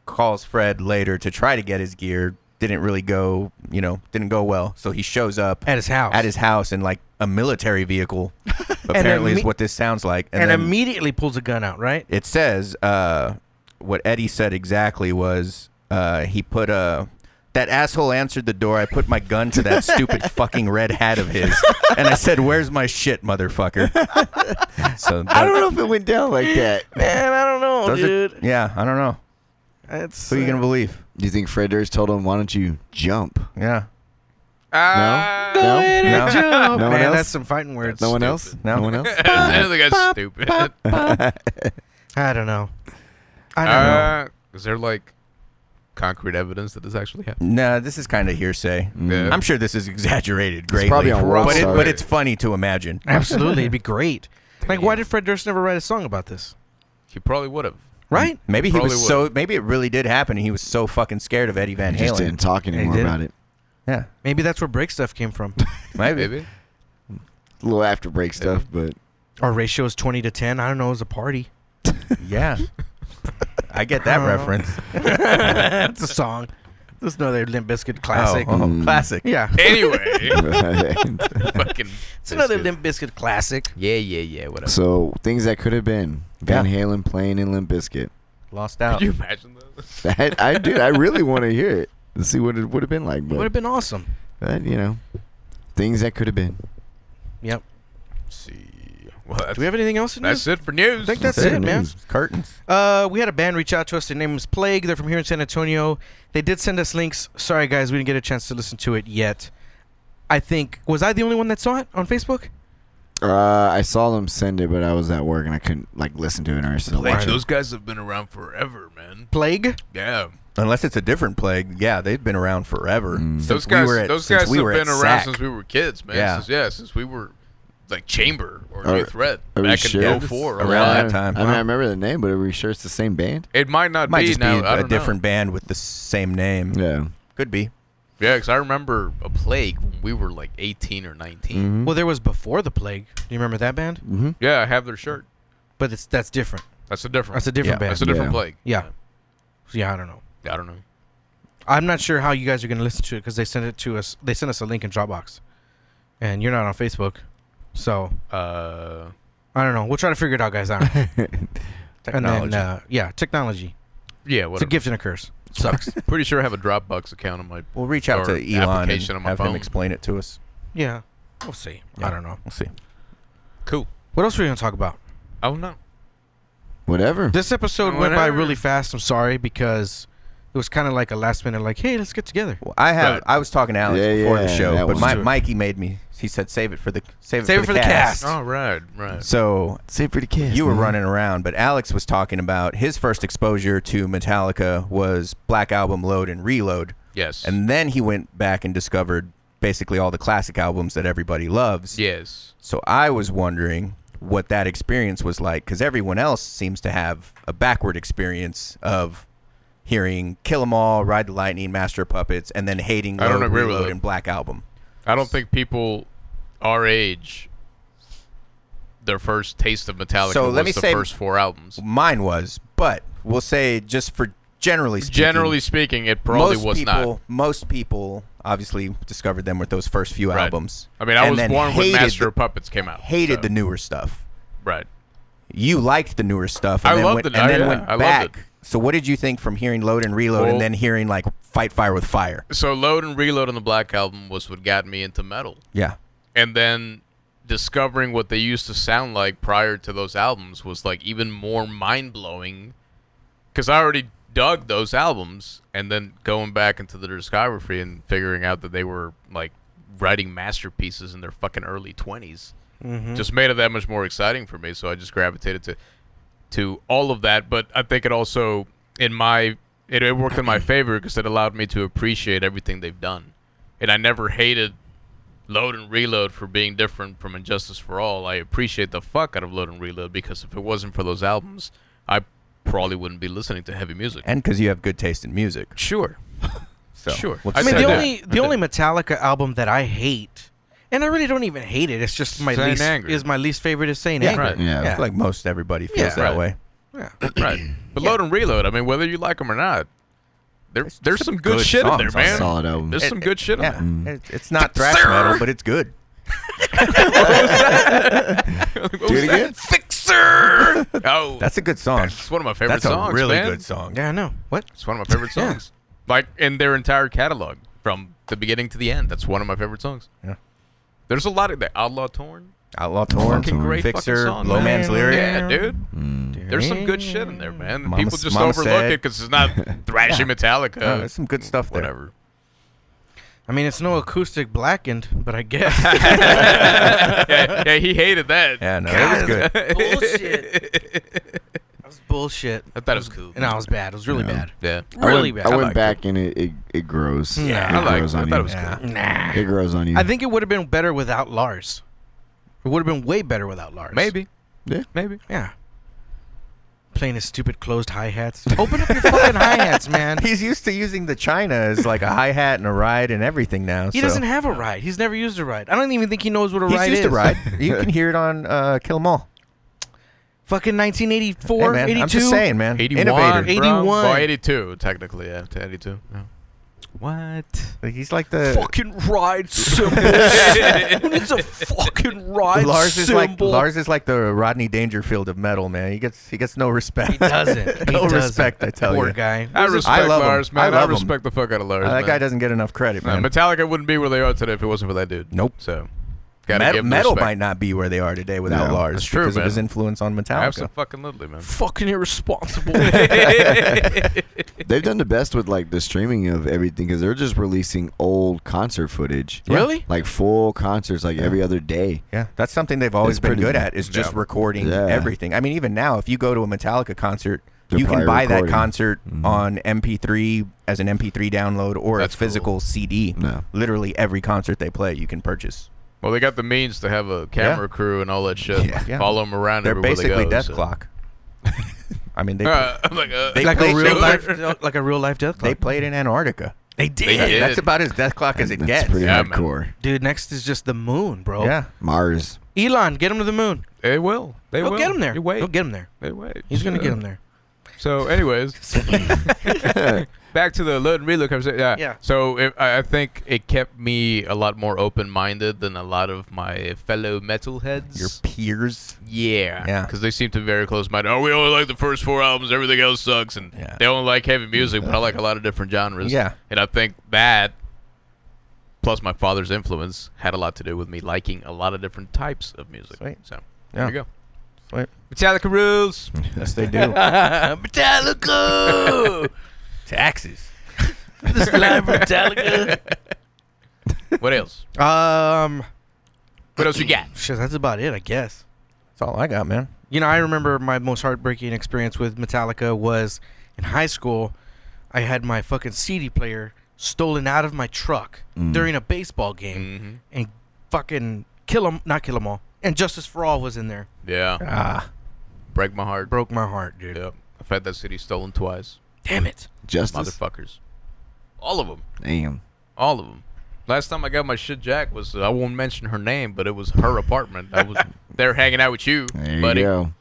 Speaker 5: Calls Fred later to try to get his gear. Didn't really go, you know, didn't go well. So he shows up
Speaker 2: At his house.
Speaker 5: at his house in like a military vehicle.
Speaker 4: (laughs)
Speaker 5: apparently,
Speaker 2: imme-
Speaker 5: is what this sounds like.
Speaker 2: and
Speaker 5: then-
Speaker 2: immediately pulls a gun out, right?
Speaker 5: it says uh, what Eddie said exactly was uh, he put a that asshole answered the door. I put my gun to that
Speaker 3: (laughs)
Speaker 5: stupid fucking red hat of his, and I said, "Where's my shit, motherfucker?" So
Speaker 3: I don't
Speaker 5: that-
Speaker 3: know if it went
Speaker 2: (laughs)
Speaker 3: down like that.
Speaker 2: Man, I don't know,
Speaker 5: those are-
Speaker 2: dude.
Speaker 5: yeah, I don't know.
Speaker 2: It's,
Speaker 5: Who you gonna
Speaker 2: uh,
Speaker 5: believe?
Speaker 3: Do you think Fred Durst told him, "Why don't you jump"?
Speaker 5: Yeah,
Speaker 4: Ah,
Speaker 3: No?
Speaker 2: Go ahead and
Speaker 5: No?
Speaker 2: jump.
Speaker 3: No one
Speaker 2: Man,
Speaker 3: else?
Speaker 2: that's some fighting words.
Speaker 3: No one
Speaker 4: stupid.
Speaker 3: else.
Speaker 5: No.
Speaker 3: one else.
Speaker 4: (laughs)
Speaker 2: (laughs)
Speaker 4: I think that's stupid.
Speaker 3: (laughs)
Speaker 2: I don't know. I don't know.
Speaker 4: Uh, is there Ah. like concrete evidence that this actually happened.
Speaker 5: No, this is kind of hearsay.
Speaker 3: Mm,
Speaker 4: Yeah.
Speaker 5: I'm sure this is exaggerated greatly.
Speaker 3: probably on
Speaker 5: but, it,
Speaker 3: Worldstar.
Speaker 5: but it's funny to imagine.
Speaker 2: Absolutely, it'd be
Speaker 4: (laughs)
Speaker 2: great. Like, why did Fred Durst never write a song about this?
Speaker 4: He probably would have.
Speaker 2: Right?
Speaker 5: Maybe he
Speaker 4: Probably
Speaker 5: was
Speaker 4: would.
Speaker 5: so. Maybe it really did happen, and he was so fucking scared of Eddie Van
Speaker 3: He just
Speaker 5: Halen.
Speaker 3: didn't talk anymore
Speaker 2: didn't.
Speaker 3: about it.
Speaker 5: Yeah,
Speaker 2: Maybe that's where break stuff came from.
Speaker 5: maybe.
Speaker 4: Maybe.
Speaker 3: A little after break stuff, but
Speaker 2: Our ratio is twenty to ten. I don't know. It was a party.
Speaker 5: yeah, I get that
Speaker 2: Oh.
Speaker 3: (laughs)
Speaker 5: reference.
Speaker 2: That's a song. That's another Limp Bizkit classic.
Speaker 5: Oh, oh,
Speaker 3: Mm.
Speaker 5: classic.
Speaker 2: Yeah,
Speaker 4: Anyway, fucking.
Speaker 2: it's another Limp
Speaker 4: biscuit.
Speaker 2: Bizkit classic.
Speaker 4: Yeah, yeah, yeah. Whatever.
Speaker 3: (laughs) so things that could have been Van
Speaker 5: Yeah.
Speaker 3: Halen playing in Limp Bizkit.
Speaker 5: Lost
Speaker 4: Could
Speaker 5: out.
Speaker 4: you imagine that?
Speaker 3: That I dude, I really want to hear it. Let's see what it would have been like,
Speaker 2: Would
Speaker 3: but
Speaker 2: have been awesome.
Speaker 3: that, you know, things that could have been.
Speaker 2: Yep.
Speaker 4: Let's see. Well, that's,
Speaker 2: Do we have anything else in
Speaker 4: that's
Speaker 2: this?
Speaker 4: it for news.
Speaker 2: I think that's it, man.
Speaker 5: Curtains.
Speaker 2: Uh, we had a band reach out to us. Their name is Plague. They're from here in San Antonio. They did send us links. Sorry, guys, we didn't get a chance to listen to it yet. I think was I the only one that saw it on Facebook?
Speaker 3: Uh, I saw them send it, but I was at work and I couldn't like listen to it or something.
Speaker 4: Like, those guys have been around forever, man.
Speaker 2: Plague.
Speaker 4: Yeah,
Speaker 5: Unless it's a different plague. Yeah, they've been around forever.
Speaker 3: Mm.
Speaker 4: those
Speaker 5: Since we
Speaker 4: guys.
Speaker 5: were at-
Speaker 4: those
Speaker 5: since
Speaker 4: guys
Speaker 5: we
Speaker 4: have
Speaker 5: were
Speaker 4: been
Speaker 5: at
Speaker 4: around
Speaker 5: SAC.
Speaker 4: since we were kids, man.
Speaker 5: Yeah.
Speaker 4: Since, yeah, since we were like Chamber or
Speaker 3: Are-
Speaker 4: New Threat
Speaker 3: are we
Speaker 4: back
Speaker 3: sure?
Speaker 4: in 04 or
Speaker 5: Around
Speaker 4: whatever.
Speaker 5: that time,
Speaker 3: I mean,
Speaker 5: huh?
Speaker 3: I remember the name, but are we sure it's the same band?
Speaker 4: It might not
Speaker 5: Might
Speaker 4: be
Speaker 5: just
Speaker 4: now.
Speaker 5: be
Speaker 4: I
Speaker 5: a
Speaker 4: don't know.
Speaker 5: different band with the same name.
Speaker 3: Yeah.
Speaker 5: Could be.
Speaker 4: Yeah, because I remember a plague when we were like 18 or 19.
Speaker 3: Mhm.
Speaker 2: Well, there was before the Plague. Do you remember that band?
Speaker 3: Mhm.
Speaker 4: Yeah, I have their shirt.
Speaker 2: But it's that's different.
Speaker 4: That's a different.
Speaker 2: That's a different
Speaker 5: Yeah.
Speaker 2: band.
Speaker 4: That's a different
Speaker 3: Yeah.
Speaker 4: plague.
Speaker 2: yeah. Yeah, I don't know.
Speaker 4: I don't know.
Speaker 2: I'm not sure how you guys are going to listen to it because they sent it to us. They sent us a link in Dropbox, and you're not on Facebook, so
Speaker 4: Uh,
Speaker 2: I don't know. We'll try to figure it out, guys. I
Speaker 4: (laughs)
Speaker 2: don't know.
Speaker 5: Technology.
Speaker 2: And then, uh, yeah, technology.
Speaker 4: yeah,
Speaker 2: It's a
Speaker 4: whatever.
Speaker 2: gift and a curse. Sucks.
Speaker 4: (laughs) Pretty sure I have a Dropbox account on my.
Speaker 5: we'll reach out
Speaker 4: or
Speaker 5: to Elon and
Speaker 4: application on my
Speaker 5: have him
Speaker 4: phone.
Speaker 5: explain it to us.
Speaker 2: yeah, we'll see. I
Speaker 5: Yeah.
Speaker 2: don't know.
Speaker 5: We'll see.
Speaker 4: Cool.
Speaker 2: What else are we going to talk about?
Speaker 4: Oh no.
Speaker 3: Whatever.
Speaker 2: This episode went by
Speaker 4: Whatever.
Speaker 2: really fast. I'm sorry because it was kind of like a last minute, like, hey, let's get together.
Speaker 5: Well, I have.
Speaker 4: Right.
Speaker 5: I was talking to Alex
Speaker 3: Yeah,
Speaker 5: before the
Speaker 3: yeah, that
Speaker 5: show, but
Speaker 3: was-
Speaker 5: my,
Speaker 3: Let's do it.
Speaker 5: Mikey made me. He said, "Save it for the save it,
Speaker 2: Save
Speaker 5: for, the cast."
Speaker 4: All right, right.
Speaker 5: So
Speaker 3: Save for the kids.
Speaker 5: you were
Speaker 3: Oh. man.
Speaker 5: running around, but Alex was talking about his first exposure to Metallica was Black Album Load and Reload,
Speaker 4: Yes.
Speaker 5: and then he went back and discovered basically all the classic albums that everybody loves.
Speaker 4: yes.
Speaker 5: So I was wondering what that experience was like because everyone else seems to have a backward experience of hearing Kill 'Em All, Ride the Lightning, Master of Puppets, and then hating
Speaker 4: I don't
Speaker 5: Load,
Speaker 4: agree with
Speaker 5: Reload,
Speaker 4: that.
Speaker 5: and Black Album.
Speaker 4: I don't think people our age their first taste of Metallica
Speaker 5: So
Speaker 4: was
Speaker 5: let me
Speaker 4: the
Speaker 5: say-
Speaker 4: first four albums.
Speaker 5: Mine was, but we'll say just for generally speaking,
Speaker 4: Generally speaking, it probably
Speaker 5: most
Speaker 4: was
Speaker 5: people,
Speaker 4: not.
Speaker 5: Most people obviously discovered them with those first few
Speaker 4: Right.
Speaker 5: albums.
Speaker 4: I mean, I
Speaker 5: and
Speaker 4: was
Speaker 5: then
Speaker 4: born when
Speaker 5: hated
Speaker 4: Master
Speaker 5: the-
Speaker 4: of Puppets came out.
Speaker 5: hated
Speaker 4: so-
Speaker 5: the newer stuff.
Speaker 4: right.
Speaker 5: You liked the newer stuff. And
Speaker 4: I
Speaker 5: then
Speaker 4: loved
Speaker 5: went,
Speaker 4: it.
Speaker 5: And
Speaker 4: I-
Speaker 5: then
Speaker 4: yeah,
Speaker 5: went
Speaker 4: I loved
Speaker 5: back.
Speaker 4: it.
Speaker 5: So what did you think from hearing Load and Reload
Speaker 4: Well-
Speaker 5: and then hearing like Fight Fire with Fire?
Speaker 4: So Load and Reload on the Black Album was what got me into metal.
Speaker 5: Yeah.
Speaker 4: and then discovering what they used to sound like prior to those albums was like even more mind-blowing because i already dug those albums and then going back into the discography and figuring out that they were like writing masterpieces in their fucking early 20s just made it that much more exciting for me so i just gravitated to to all of that but i think it also in my it, it worked in my favor because it allowed me to appreciate everything they've done and i never hated Load and Reload for being different from Injustice for All. I appreciate the fuck out of Load and Reload because if it wasn't for those albums, I probably wouldn't be listening to heavy music.
Speaker 5: And because you have good taste in music.
Speaker 4: sure.
Speaker 5: So
Speaker 4: Sure.
Speaker 5: we'll
Speaker 4: I
Speaker 2: I mean, the
Speaker 4: said
Speaker 5: say that.
Speaker 4: that.
Speaker 2: only the only Metallica album that I hate, and I really don't even hate it. It's just my
Speaker 4: Saint
Speaker 2: least
Speaker 4: Anger.
Speaker 2: is my least favorite is Saint
Speaker 5: Yeah.
Speaker 2: Anger.
Speaker 4: Right.
Speaker 3: Yeah.
Speaker 5: like most everybody
Speaker 2: Yeah.
Speaker 5: feels that
Speaker 4: Right.
Speaker 5: way.
Speaker 2: Yeah.
Speaker 4: right. But Load and Reload, I mean, whether you like them or not, there, there's some good,
Speaker 5: good
Speaker 4: shit in there,
Speaker 5: songs on
Speaker 4: man.
Speaker 5: it.
Speaker 3: Solid album.
Speaker 4: There's some good shit in
Speaker 5: Yeah.
Speaker 4: there.
Speaker 5: It- It's not thrash
Speaker 4: Sir.
Speaker 5: metal, but it's good.
Speaker 3: Do it again?
Speaker 4: Fixer! (laughs) Oh, that's,
Speaker 5: (laughs) That's a good song.
Speaker 4: one of my favorite
Speaker 5: That's a
Speaker 4: songs.
Speaker 5: really
Speaker 4: man.
Speaker 5: good song.
Speaker 2: Yeah, I know. What?
Speaker 4: It's one of my favorite
Speaker 2: Yeah.
Speaker 4: songs. Like in their entire catalog, from the beginning to the end. That's one of my favorite songs.
Speaker 5: Yeah.
Speaker 4: There's a lot of the Outlaw Torn.
Speaker 5: Outlaw Torn,
Speaker 3: Fucking
Speaker 4: great
Speaker 5: Fixer,
Speaker 4: fucking song,
Speaker 5: Low
Speaker 4: man.
Speaker 5: Man's Lyric.
Speaker 4: Yeah, dude.
Speaker 3: Mm.
Speaker 4: There's some good shit in there, man.
Speaker 5: Mama-
Speaker 4: People just
Speaker 5: Mama
Speaker 4: overlook
Speaker 5: said-
Speaker 4: it because it's
Speaker 5: (laughs)
Speaker 4: not thrashy Metallica.
Speaker 5: No, Uh, there's some good stuff there.
Speaker 4: Whatever. (laughs)
Speaker 2: I mean, it's no acoustic blackened, but I guess.
Speaker 4: (laughs) yeah, yeah, he hated that. (laughs)
Speaker 5: Yeah, no, it was good.
Speaker 2: Bullshit. I was was bullshit.
Speaker 4: I thought it was cool.
Speaker 2: No, it was bad. It was really
Speaker 3: Yeah.
Speaker 2: bad.
Speaker 4: Yeah.
Speaker 2: Really
Speaker 3: I went,
Speaker 2: bad.
Speaker 3: I
Speaker 4: I
Speaker 3: went
Speaker 4: liked
Speaker 3: back and it, it, it grows.
Speaker 2: Yeah, I
Speaker 3: it
Speaker 4: liked
Speaker 3: grows
Speaker 4: it. I
Speaker 3: on
Speaker 4: thought
Speaker 3: you.
Speaker 4: it was cool.
Speaker 2: Nah.
Speaker 3: It grows on you.
Speaker 2: I think it would have been better without Lars. It would have been way better without Lars.
Speaker 4: Maybe.
Speaker 3: Yeah.
Speaker 4: Maybe.
Speaker 2: Yeah. Playing his stupid closed hi hats. Open up your fucking hi hats, man.
Speaker 5: (laughs) He's used to using the China as like a hi hat and a ride and everything now.
Speaker 2: He
Speaker 5: so-
Speaker 2: doesn't have a ride. He's never used a ride. I don't even think he knows what a
Speaker 5: He's
Speaker 2: ride
Speaker 5: used
Speaker 2: is. (laughs)
Speaker 5: to ride. You can hear it on uh, Kill 'Em All.
Speaker 2: Fucking 1984,
Speaker 5: Hey, man,
Speaker 2: 82.
Speaker 5: I'm just saying, man.
Speaker 4: 81.
Speaker 5: Innovator.
Speaker 4: bro.
Speaker 2: 81.
Speaker 4: Well, 82, technically. Yeah, to 82. Yeah.
Speaker 5: What? He's like the
Speaker 2: Fucking ride symbol. Who needs a fucking ride
Speaker 5: Lars is
Speaker 2: symbol?
Speaker 5: like Lars is like the Rodney Dangerfield of metal, man. He gets he gets no respect.
Speaker 2: He
Speaker 5: (laughs)
Speaker 2: doesn't. He
Speaker 5: no
Speaker 2: doesn't.
Speaker 5: respect, Oh, I tell
Speaker 2: Poor
Speaker 5: you.
Speaker 2: guy.
Speaker 4: (laughs) I respect
Speaker 5: love him.
Speaker 4: Lars, man.
Speaker 5: I
Speaker 4: I,
Speaker 5: love him.
Speaker 4: respect the fuck out of Lars.
Speaker 5: Uh, that
Speaker 4: man.
Speaker 5: guy doesn't get enough credit,
Speaker 4: Uh,
Speaker 5: man.
Speaker 4: Metallica wouldn't be where they are today if it wasn't for that dude.
Speaker 5: Nope.
Speaker 4: So, gotta
Speaker 5: Metal,
Speaker 4: give him
Speaker 5: metal
Speaker 4: respect.
Speaker 5: might not be where they are today without
Speaker 3: No,
Speaker 5: Lars
Speaker 4: that's true,
Speaker 5: because of
Speaker 4: man.
Speaker 5: his influence on Metallica.
Speaker 4: Absolutely, man.
Speaker 2: Fucking
Speaker 5: (laughs)
Speaker 2: irresponsible.
Speaker 3: They've done the best with like the streaming of everything because they're just releasing old concert footage.
Speaker 2: Really?
Speaker 3: Like full concerts like every other day.
Speaker 5: Yeah, that's something they've always
Speaker 3: It's
Speaker 5: been
Speaker 3: pretty-
Speaker 5: good at is just
Speaker 4: Yeah.
Speaker 5: recording
Speaker 3: Yeah.
Speaker 5: everything. I mean, even now, if you go to a Metallica concert,
Speaker 3: They're
Speaker 5: you can
Speaker 3: probably
Speaker 5: buy that
Speaker 3: recording.
Speaker 5: concert on MP3 as an MP3 download or
Speaker 4: Mm-hmm. That's
Speaker 5: a
Speaker 4: cool.
Speaker 5: physical CD.
Speaker 3: Yeah.
Speaker 5: Literally every concert they play, you can purchase.
Speaker 4: Well, they got the means to have a camera crew and all that shit.
Speaker 5: Yeah. Yeah.
Speaker 4: Follow them around
Speaker 5: They're
Speaker 4: everywhere
Speaker 5: basically
Speaker 4: they go,
Speaker 5: Death
Speaker 4: so.
Speaker 5: Clock. I mean, they
Speaker 4: Uh, (laughs) I'm like, uh,
Speaker 2: (laughs)
Speaker 5: They
Speaker 2: like
Speaker 5: play-
Speaker 2: a real
Speaker 5: they-
Speaker 2: life, uh, like a real life death
Speaker 5: they
Speaker 2: clock.
Speaker 5: played in Antarctica.
Speaker 2: They,
Speaker 4: They
Speaker 2: did,
Speaker 4: did.
Speaker 5: That's about as Death Clock as it
Speaker 3: That's
Speaker 5: gets.
Speaker 3: pretty
Speaker 4: Yeah, man.
Speaker 3: hardcore.
Speaker 2: dude. Next is just the moon, bro.
Speaker 5: Yeah.
Speaker 3: Mars.
Speaker 2: Elon, get him to the moon.
Speaker 4: they will. They
Speaker 2: Go
Speaker 4: will
Speaker 2: get him there.
Speaker 4: You
Speaker 2: Go
Speaker 4: wait.
Speaker 2: get him there.
Speaker 4: They wait.
Speaker 2: He's gonna
Speaker 4: So-
Speaker 2: get him
Speaker 5: (laughs)
Speaker 2: there.
Speaker 4: So, anyways, back to the load and reload conversation. Yeah.
Speaker 2: Yeah.
Speaker 4: So it, I I think it kept me a lot more open-minded than a lot of my fellow metalheads.
Speaker 5: Your peers.
Speaker 4: Yeah.
Speaker 5: Yeah.
Speaker 4: Because they seem to be very close minded. Oh, we only like the first four albums. Everything else sucks. And
Speaker 5: Yeah.
Speaker 4: they only like heavy music, but I like a lot of different genres.
Speaker 5: Yeah.
Speaker 4: And I think that, plus my father's influence, had a lot to do with me liking a lot of different types of music.
Speaker 5: Sweet.
Speaker 4: So
Speaker 5: Yeah.
Speaker 4: there you go.
Speaker 5: Sweet.
Speaker 4: Metallica rules.
Speaker 5: Yes,
Speaker 4: (laughs)
Speaker 5: they do.
Speaker 2: Metallica.
Speaker 5: Taxes.
Speaker 2: this live Metallica.
Speaker 4: (laughs) what else?
Speaker 2: Um,
Speaker 4: What else you got?
Speaker 2: shit, that's about it, I guess.
Speaker 5: That's all I got, man.
Speaker 2: You know, I remember my most heartbreaking experience with Metallica was in high school. I had my fucking CD player stolen out of my truck
Speaker 5: Mm.
Speaker 2: during a baseball game,
Speaker 4: Mhm.
Speaker 2: and fucking kill 'em, not kill 'em all. And Justice for All was in there.
Speaker 4: Yeah.
Speaker 5: Ah,
Speaker 4: Break my heart.
Speaker 2: Broke my heart, dude.
Speaker 4: Yep. I've had that city stolen twice.
Speaker 2: Damn it.
Speaker 3: Justice.
Speaker 4: Motherfuckers. All of them.
Speaker 3: Damn.
Speaker 4: All of them. Last time I got my shit jack was uh, I won't mention her name, but it was her apartment. I (laughs) was there hanging out with you,
Speaker 3: There
Speaker 4: buddy.
Speaker 3: you go.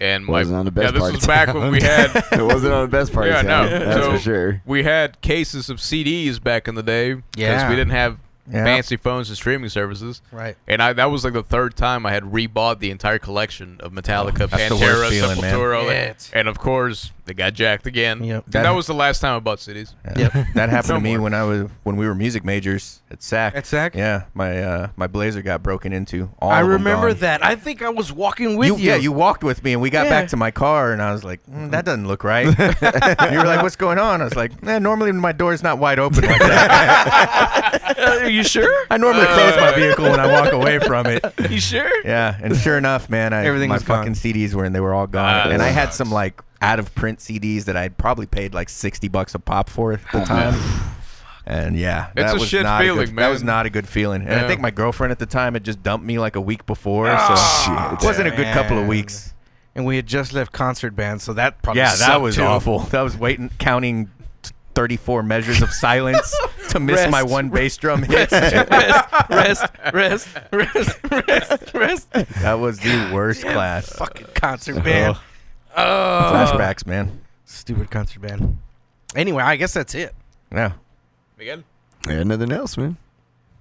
Speaker 4: And my
Speaker 3: Wasn't on the best
Speaker 4: yeah, this
Speaker 3: part
Speaker 4: was
Speaker 3: of
Speaker 4: back when we
Speaker 3: town.
Speaker 4: had
Speaker 3: (laughs) It wasn't on the best part
Speaker 4: yeah
Speaker 3: of
Speaker 4: no
Speaker 3: town, That's
Speaker 4: so
Speaker 3: for sure.
Speaker 4: we had cases of CDs back in the day because
Speaker 2: Yeah.
Speaker 4: we didn't have
Speaker 5: Yeah.
Speaker 4: fancy phones and streaming services.
Speaker 2: Right.
Speaker 4: And I, that was like the third time I had rebought the entire collection of Metallica,
Speaker 5: That's the worst
Speaker 4: Pantera,
Speaker 5: feeling, man.
Speaker 4: Sepultura, all that.
Speaker 2: Yes.
Speaker 4: and of course they got jacked again.
Speaker 2: Yep.
Speaker 4: And that was the last time I bought CDs.
Speaker 5: Yeah. (laughs) that happened to me
Speaker 4: Somewhere.
Speaker 5: when I was when we were music majors at SAC.
Speaker 2: At SAC?
Speaker 5: Yeah, my uh, my blazer got broken into. All
Speaker 2: I
Speaker 5: of 'em
Speaker 2: remember
Speaker 5: gone.
Speaker 2: that. I think I was walking with you.
Speaker 5: Yeah,
Speaker 2: (laughs)
Speaker 5: you walked with me, and we got
Speaker 2: Yeah.
Speaker 5: back to my car, and I was like, mm, "That doesn't look
Speaker 2: (laughs)
Speaker 5: right." (laughs) you were like, "What's going on?" I was like, eh, "Normally my door's not wide open like
Speaker 2: (laughs)
Speaker 5: that.
Speaker 2: Are you sure?
Speaker 5: I normally close
Speaker 2: Uh.
Speaker 5: my vehicle when I walk away from it."
Speaker 2: (laughs) you sure?
Speaker 5: Yeah, and sure enough, man, I,
Speaker 2: Everything
Speaker 5: my
Speaker 2: was gone.
Speaker 5: fucking CDs were, and they were all gone.
Speaker 4: Ah,
Speaker 5: and I
Speaker 4: that
Speaker 5: had
Speaker 4: sucks.
Speaker 5: some like out of print CDs that I'd probably paid like sixty bucks a pop for at the time. And yeah, that
Speaker 4: Oh, It's a
Speaker 5: was
Speaker 4: shit
Speaker 5: not
Speaker 4: feeling,
Speaker 5: good, That
Speaker 4: man.
Speaker 5: was not a good feeling. And I
Speaker 4: Yeah. Ah,
Speaker 5: think my girlfriend at the time had just dumped me like a week before, so
Speaker 3: Shit.
Speaker 5: it wasn't a good couple of
Speaker 2: Man.
Speaker 5: weeks.
Speaker 2: And we had just left concert band, so that probably
Speaker 5: Yeah, that
Speaker 2: sucked,
Speaker 5: was
Speaker 2: too.
Speaker 5: awful. That was waiting, counting t- 34 measures of
Speaker 4: (laughs)
Speaker 5: silence to miss my
Speaker 2: Rest.
Speaker 5: one bass drum
Speaker 2: (laughs)
Speaker 5: hit. (laughs)
Speaker 2: rest, rest, rest, (laughs) rest, rest.
Speaker 5: (laughs) that was the worst class.
Speaker 2: Fucking concert band.
Speaker 5: Ugh.
Speaker 4: Uh.
Speaker 2: Oh,
Speaker 5: Flashbacks, man.
Speaker 2: Stupid concert band. Anyway, I guess that's it.
Speaker 5: Yeah.
Speaker 4: Miguel?
Speaker 3: Yeah, nothing else, man.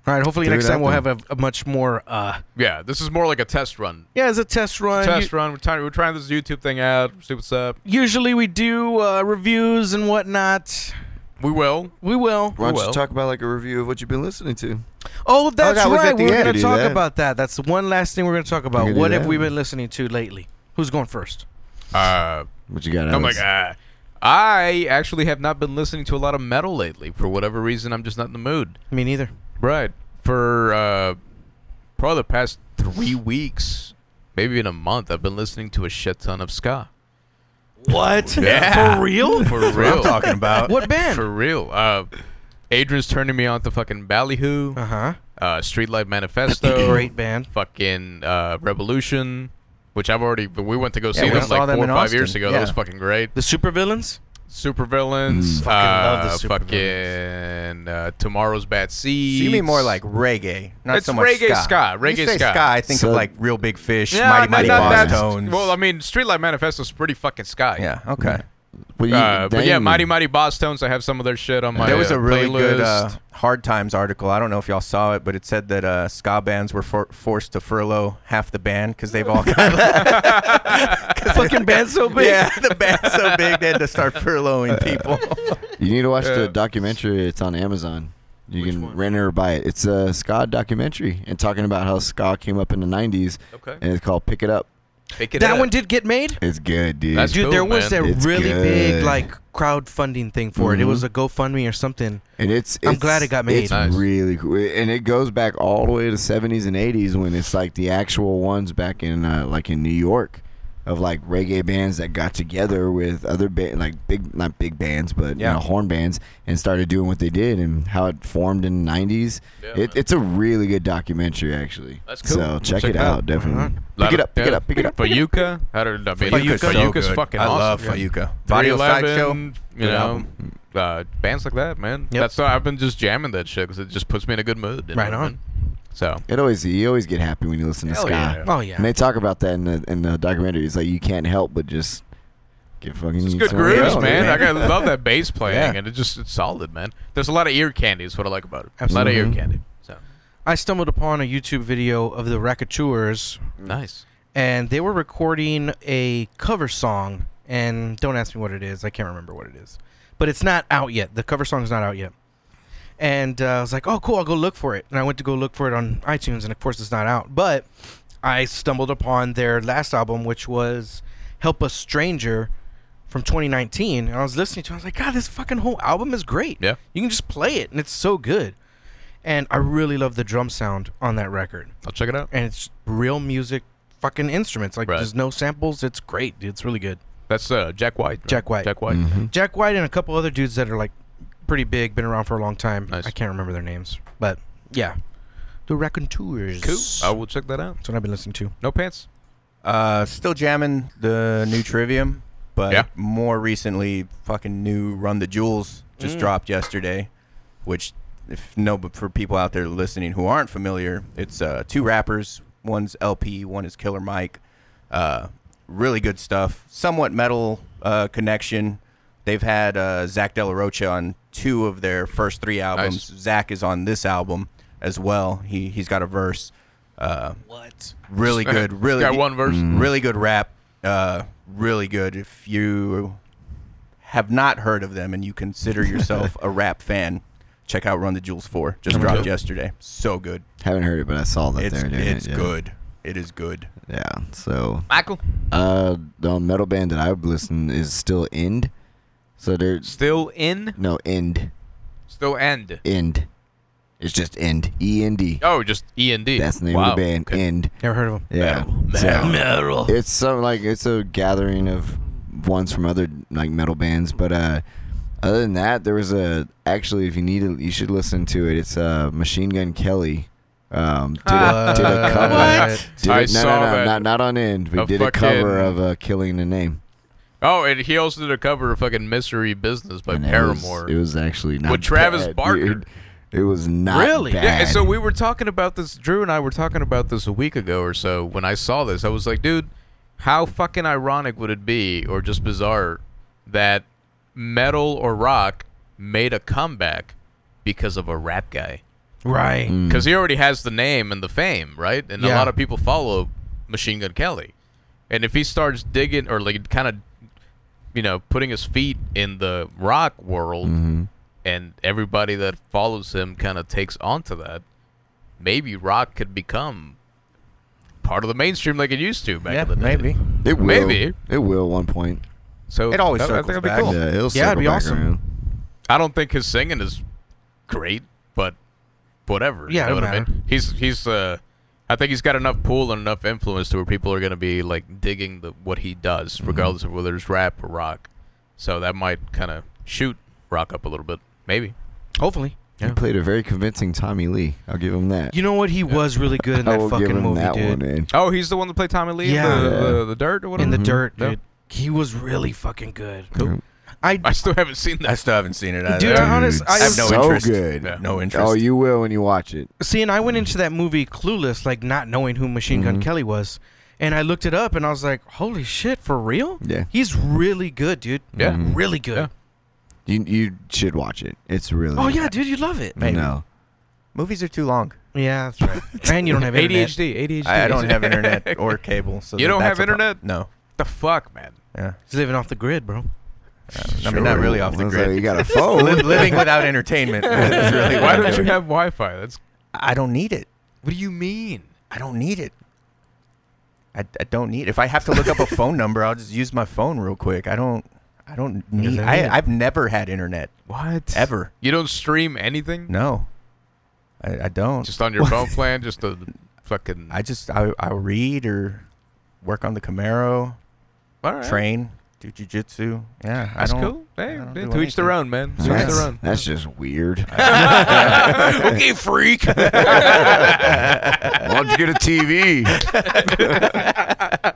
Speaker 2: All right. Hopefully
Speaker 3: Threw
Speaker 2: next
Speaker 3: it out
Speaker 2: time we'll
Speaker 3: there.
Speaker 2: have a, a much more. uh
Speaker 4: Yeah, this is more like a test run.
Speaker 2: Yeah, it's a test run.
Speaker 4: Test
Speaker 2: U-
Speaker 4: run. We're trying, we're trying this YouTube thing out. See what's up.
Speaker 2: Usually we do uh, reviews and whatnot.
Speaker 4: We will.
Speaker 2: We will.
Speaker 3: Why don't
Speaker 4: Well.
Speaker 3: you talk about like a review of what you've been listening to?
Speaker 2: Oh, that's
Speaker 3: that was
Speaker 2: right.
Speaker 3: at the
Speaker 2: We were
Speaker 3: end.
Speaker 2: going to
Speaker 3: Do
Speaker 2: talk
Speaker 3: that.
Speaker 2: about that. That's the one last thing we're going to talk
Speaker 3: We
Speaker 2: about.
Speaker 3: could do
Speaker 2: What have
Speaker 3: that.
Speaker 2: we been listening to lately? Who's going first?
Speaker 4: Uh,
Speaker 3: What you got?
Speaker 4: I'm
Speaker 3: Alex?
Speaker 4: like, ah. I actually have not been listening to a lot of metal lately for whatever reason. I'm just not in the mood.
Speaker 2: Me neither.
Speaker 4: Right. For uh, probably the past
Speaker 5: (laughs) (laughs)
Speaker 4: three weeks, maybe in a month, I've been listening to a shit ton of ska.
Speaker 2: What? (laughs)
Speaker 4: Yeah.
Speaker 2: For real?
Speaker 4: For real.
Speaker 5: I'm talking about.
Speaker 2: (laughs) what band?
Speaker 4: (laughs) For real. Uh, Adrian's turning me on to fucking Ballyhoo,
Speaker 5: Uh-huh.
Speaker 2: Uh huh.
Speaker 4: uh, Streetlight
Speaker 5: (laughs)
Speaker 4: Manifesto,
Speaker 2: Great band.
Speaker 4: fucking uh, Revolution, which I've already. We went to go see
Speaker 5: we
Speaker 4: them like
Speaker 5: saw
Speaker 4: four
Speaker 5: them
Speaker 4: or
Speaker 5: in
Speaker 4: five years
Speaker 5: Austin.
Speaker 4: ago.
Speaker 5: Yeah. Mm.
Speaker 4: That was fucking great.
Speaker 2: The Supervillains.
Speaker 4: Supervillains,
Speaker 2: Fucking love the
Speaker 4: uh,
Speaker 2: supervillains.
Speaker 4: fucking uh, Tomorrow's Bad Seeds.
Speaker 5: So you mean more like reggae, not
Speaker 4: It's
Speaker 5: so much
Speaker 4: reggae
Speaker 5: ska.
Speaker 4: ska,
Speaker 5: When you
Speaker 4: reggae
Speaker 5: say
Speaker 4: ska.
Speaker 5: I think
Speaker 3: So-
Speaker 5: of like real big fish,
Speaker 4: Yeah,
Speaker 5: mighty
Speaker 4: not-
Speaker 5: mighty
Speaker 4: not
Speaker 5: boss
Speaker 4: that-
Speaker 5: tones.
Speaker 4: Well, I mean, Streetlight Manifesto is pretty fucking sky.
Speaker 5: yeah, okay.
Speaker 3: Well, you-
Speaker 4: Uh, but yeah,
Speaker 3: dang.
Speaker 4: Mighty Mighty Boss Tones. I have some of their shit on my.
Speaker 5: there was
Speaker 4: uh,
Speaker 5: a really
Speaker 4: playlist.
Speaker 5: good uh, Hard Times article. I don't know if y'all saw it, but it said that uh, ska bands were for- forced to furlough half the band because they've all
Speaker 4: (laughs)
Speaker 5: got (laughs)
Speaker 2: Fucking band so big.
Speaker 5: yeah the band's so big they had to start furloughing people.
Speaker 3: You need to watch
Speaker 4: Yeah.
Speaker 3: the documentary. It's on Amazon. You
Speaker 2: Which
Speaker 3: can
Speaker 2: one?
Speaker 3: rent it or buy it. It's a ska documentary and talking about how ska came up in the '90s,
Speaker 4: Okay.
Speaker 3: uh, and it's called "Pick It Up."
Speaker 4: Pick it
Speaker 2: That
Speaker 4: up.
Speaker 2: one did get made.
Speaker 3: It's good, dude.
Speaker 4: That's-
Speaker 2: Dude,
Speaker 4: cool,
Speaker 2: there was
Speaker 4: man.
Speaker 2: a
Speaker 3: It's
Speaker 2: really big
Speaker 3: good.
Speaker 2: like crowdfunding thing for it. It
Speaker 3: Mhm.
Speaker 2: was a GoFundMe or something.
Speaker 3: and it's,
Speaker 2: I'm
Speaker 3: it's-
Speaker 2: glad it got made.
Speaker 3: It's
Speaker 4: Nice.
Speaker 3: really cool, and it goes back all the way to the '70s and '80s when it's like the actual ones back in uh, like in New York of like reggae bands that got together with other ba- like big not big bands but
Speaker 5: Yeah.
Speaker 3: you know, horn bands and started doing what they did and how it formed in the '90s.
Speaker 4: Yeah, man.
Speaker 3: It, it's a really good documentary, actually.
Speaker 4: That's cool.
Speaker 3: So check,
Speaker 4: Check
Speaker 3: it
Speaker 4: it
Speaker 3: out,
Speaker 4: out.
Speaker 3: definitely.
Speaker 4: Lot
Speaker 3: Pick it
Speaker 4: of-
Speaker 3: up, pick it
Speaker 4: yeah.
Speaker 3: up, pick it up.
Speaker 4: Fayuka. I don't know. man.
Speaker 5: Fayuka's so
Speaker 4: Fayuka's
Speaker 5: good.
Speaker 4: fucking
Speaker 5: I
Speaker 4: awesome.
Speaker 5: love
Speaker 4: Yeah.
Speaker 5: Fayuka. Body of Sideshow.
Speaker 4: 311, you
Speaker 5: Good
Speaker 4: know,
Speaker 5: album.
Speaker 4: uh, bands like that, man.
Speaker 2: Yep.
Speaker 4: That's why I've been just jamming that shit because it just puts me in a good mood. you know
Speaker 2: Right
Speaker 4: what I
Speaker 2: on.
Speaker 4: mean? So
Speaker 3: It always you always get happy when you listen to
Speaker 4: Hell
Speaker 3: ska.
Speaker 4: yeah.
Speaker 2: Oh yeah.
Speaker 3: And they talk about that in the in the documentary. It's like you can't help but just get fucking.
Speaker 4: it's good
Speaker 3: some of
Speaker 4: grooves,
Speaker 3: that.
Speaker 4: man.
Speaker 5: man.
Speaker 4: Like, I love that bass playing,
Speaker 5: Yeah.
Speaker 4: and it just it's solid, man. There's a lot of ear candy. Is what I like about it. A lot of
Speaker 2: Absolutely.
Speaker 4: ear candy. So
Speaker 2: I stumbled upon a YouTube video of the Racketeurs,
Speaker 4: nice.
Speaker 2: and they were recording a cover song. And don't ask me what it is; I can't remember what it is. But it's not out yet. The cover song's not out yet. And uh, I was like, "Oh, cool! I'll go look for it." And I went to go look for it on iTunes, and of course, it's not out. But I stumbled upon their last album, which was "Help a Stranger" from 2019, and I was listening to. it. I was like, "God, this fucking whole album is great.
Speaker 4: Yeah.
Speaker 2: you can just play it, and it's so good." And I really love the drum sound on that record
Speaker 4: I'll check it out.
Speaker 2: and it's real music fucking instruments like
Speaker 4: Right.
Speaker 2: there's no samples it's great dude it's really good
Speaker 4: That's uh, Jack White. right?
Speaker 2: Jack White.
Speaker 4: Jack White.
Speaker 3: Mm-hmm.
Speaker 2: jack white and a couple other dudes that are like pretty big been around for a long time
Speaker 4: Nice.
Speaker 2: i can't remember their names but yeah the raconteurs
Speaker 4: Cool. Oh. I
Speaker 2: that's
Speaker 4: will check that out.
Speaker 2: what i've been listening to
Speaker 4: No pants.
Speaker 5: Uh, still jamming the new Trivium, but
Speaker 4: Yeah.
Speaker 5: more recently, fucking new Run the Jewels just
Speaker 2: Mm.
Speaker 5: dropped yesterday, which if no, but for people out there listening who aren't familiar, it's uh, two rappers. One's LP, one is Killer Mike. Uh, really good stuff. Somewhat metal uh, connection. They've had uh, Zach De La Rocha on two of their first three albums. Zach is on this album as well. He he's got a verse. Uh,
Speaker 2: what
Speaker 5: really good. Really Mm-hmm.
Speaker 4: Got one verse.
Speaker 3: Mm-hmm.
Speaker 5: Really good rap. Uh, really good. If you have not heard of them and you
Speaker 3: (laughs)
Speaker 5: consider yourself a rap fan, check out Run the Jewels Four. Just dropped yesterday. So good.
Speaker 3: Haven't heard it, but I saw that
Speaker 5: It's
Speaker 3: they're doing
Speaker 5: it's
Speaker 3: Oh, it. yeah.
Speaker 5: good. It is good.
Speaker 3: Yeah. So
Speaker 4: Michael.
Speaker 3: uh, the metal band that I've listened is still End. So they're
Speaker 4: Still in.
Speaker 3: no End
Speaker 4: Still end.
Speaker 3: End. It's just End E N D.
Speaker 4: Oh, just E and D.
Speaker 3: That's the name
Speaker 4: wow.
Speaker 3: of the band.
Speaker 4: Okay.
Speaker 3: End.
Speaker 2: never heard of them
Speaker 3: Yeah. So-
Speaker 2: metal
Speaker 3: it's so like it's a gathering of ones from other like metal bands but uh other than that there was a actually if you need it you should listen to it it's uh machine gun kelly um did a,
Speaker 4: (laughs)
Speaker 3: did a cover
Speaker 2: What?
Speaker 3: Did
Speaker 4: Ah. I
Speaker 3: a- no,
Speaker 4: saw
Speaker 3: no, no,
Speaker 4: that.
Speaker 3: not, not on end but
Speaker 4: A
Speaker 3: did a cover
Speaker 4: fucking-
Speaker 3: of uh killing the name
Speaker 4: Oh, and he also did a cover of fucking Mystery Business by
Speaker 3: And it was-
Speaker 4: Paramore.
Speaker 3: it was actually not
Speaker 4: With Travis
Speaker 3: bad,
Speaker 4: Barker.
Speaker 3: dude. it was not
Speaker 2: Really?
Speaker 3: bad.
Speaker 4: yeah, and so we were talking about this. Drew and I were talking about this a week ago or so when I saw this. I was like, dude, how fucking ironic would it be, or just bizarre, that metal or rock made a comeback because of a rap guy?
Speaker 2: right
Speaker 4: because he already has the name and the fame, right? And a
Speaker 2: Yeah.
Speaker 4: lot of people follow Machine Gun Kelly. And if he starts digging or like kind of, you know, putting his feet in the rock world, and everybody that follows him kind of takes onto that, maybe rock could become part of the mainstream like it used to back in the day.
Speaker 3: it will
Speaker 4: Maybe.
Speaker 3: it will at one point
Speaker 4: So
Speaker 5: It always
Speaker 4: that- Oh, I
Speaker 5: circles
Speaker 4: think that'd be
Speaker 5: back.
Speaker 4: cool.
Speaker 3: yeah
Speaker 2: Yeah,
Speaker 3: it'll
Speaker 2: it'd
Speaker 3: circle
Speaker 2: be
Speaker 3: back
Speaker 2: awesome.
Speaker 3: around.
Speaker 4: I don't think his singing is great, but whatever.
Speaker 2: Yeah, it
Speaker 4: you
Speaker 2: don't
Speaker 4: know what I mean?
Speaker 2: matter.
Speaker 4: He's he's uh I think he's got enough pull and enough influence to where people are going to be like digging the, what he does, regardless of whether it's rap or rock. So that might kind of shoot rock up a little bit, maybe.
Speaker 2: Hopefully.
Speaker 3: He played a very convincing Tommy Lee. I'll give him that.
Speaker 2: You know what? He was really good in
Speaker 3: I
Speaker 2: that
Speaker 3: will give
Speaker 2: fucking
Speaker 3: him
Speaker 2: movie,
Speaker 3: that
Speaker 2: dude.
Speaker 3: one, man.
Speaker 4: Oh, he's the one that played Tommy Lee
Speaker 2: in Yeah.
Speaker 3: the- the-
Speaker 4: dirt or
Speaker 2: in the
Speaker 3: Mhm.
Speaker 2: dirt,
Speaker 4: Mm-hmm. Yeah.
Speaker 2: dude. He was really fucking good.
Speaker 3: Cool.
Speaker 2: I
Speaker 4: (laughs) I still haven't seen
Speaker 5: I
Speaker 4: that.
Speaker 5: still haven't seen it either.
Speaker 2: Dude, I honest- I
Speaker 5: have no
Speaker 3: so
Speaker 5: interest.
Speaker 3: good.
Speaker 4: Yeah.
Speaker 5: No interest.
Speaker 3: Oh, you will when you watch it.
Speaker 2: see, and I went into that movie clueless, like not knowing who Machine Gun
Speaker 5: Mm-hmm.
Speaker 3: Mhm.
Speaker 2: Kelly was, and I looked it up, and I was like, "Holy shit, for real?
Speaker 3: Yeah.
Speaker 2: He's really good, dude.
Speaker 4: Yeah.
Speaker 3: Mhm.
Speaker 2: Really good.
Speaker 4: Mm-hmm. Yeah.
Speaker 3: You you should watch it. It's really.
Speaker 2: Oh yeah, dude, you love it.
Speaker 3: I know.
Speaker 5: movies are too long.
Speaker 2: Yeah, that's right. and you don't have
Speaker 4: (laughs)
Speaker 2: internet.
Speaker 4: ADHD.
Speaker 5: I, I don't have internet or cable.
Speaker 4: (laughs)
Speaker 5: So
Speaker 4: You don't
Speaker 5: that's
Speaker 4: have
Speaker 5: a pro-
Speaker 4: internet?
Speaker 5: No.
Speaker 4: the fuck, man.
Speaker 5: Yeah.
Speaker 2: He's living off the grid, bro.
Speaker 5: I mean, not really off
Speaker 3: I
Speaker 5: the
Speaker 3: was
Speaker 5: grid.
Speaker 3: like, you got a
Speaker 5: Li-
Speaker 3: phone.
Speaker 5: living without entertainment is really what
Speaker 4: (laughs) Why
Speaker 5: I'm
Speaker 4: don't you (laughs)
Speaker 5: doing.
Speaker 4: have Wi-Fi? That's
Speaker 5: I don't need it.
Speaker 4: what do you mean?
Speaker 5: I don't need it. I, I don't need. If I have to look up
Speaker 4: (laughs)
Speaker 5: a phone number, I'll just use my phone real quick. I don't. I don't need.
Speaker 2: don't need it.
Speaker 5: I, I've never
Speaker 4: (laughs)
Speaker 5: had internet
Speaker 4: What
Speaker 5: ever.
Speaker 4: You don't stream anything?
Speaker 5: No, I, I don't.
Speaker 4: Just
Speaker 5: (laughs)
Speaker 4: on your phone plan, just a fucking
Speaker 5: I just I I read or work on the Camaro,
Speaker 4: All right.
Speaker 5: train, do jujitsu. Yeah,
Speaker 4: That's
Speaker 5: I don't,
Speaker 4: cool.
Speaker 5: I
Speaker 4: Hey,
Speaker 5: don't
Speaker 4: to
Speaker 5: do
Speaker 4: each their own, man. To each
Speaker 3: (laughs) That's,
Speaker 4: their own.
Speaker 3: that's just weird.
Speaker 4: (laughs) okay, freak.
Speaker 3: Why don't you get a (laughs) TV?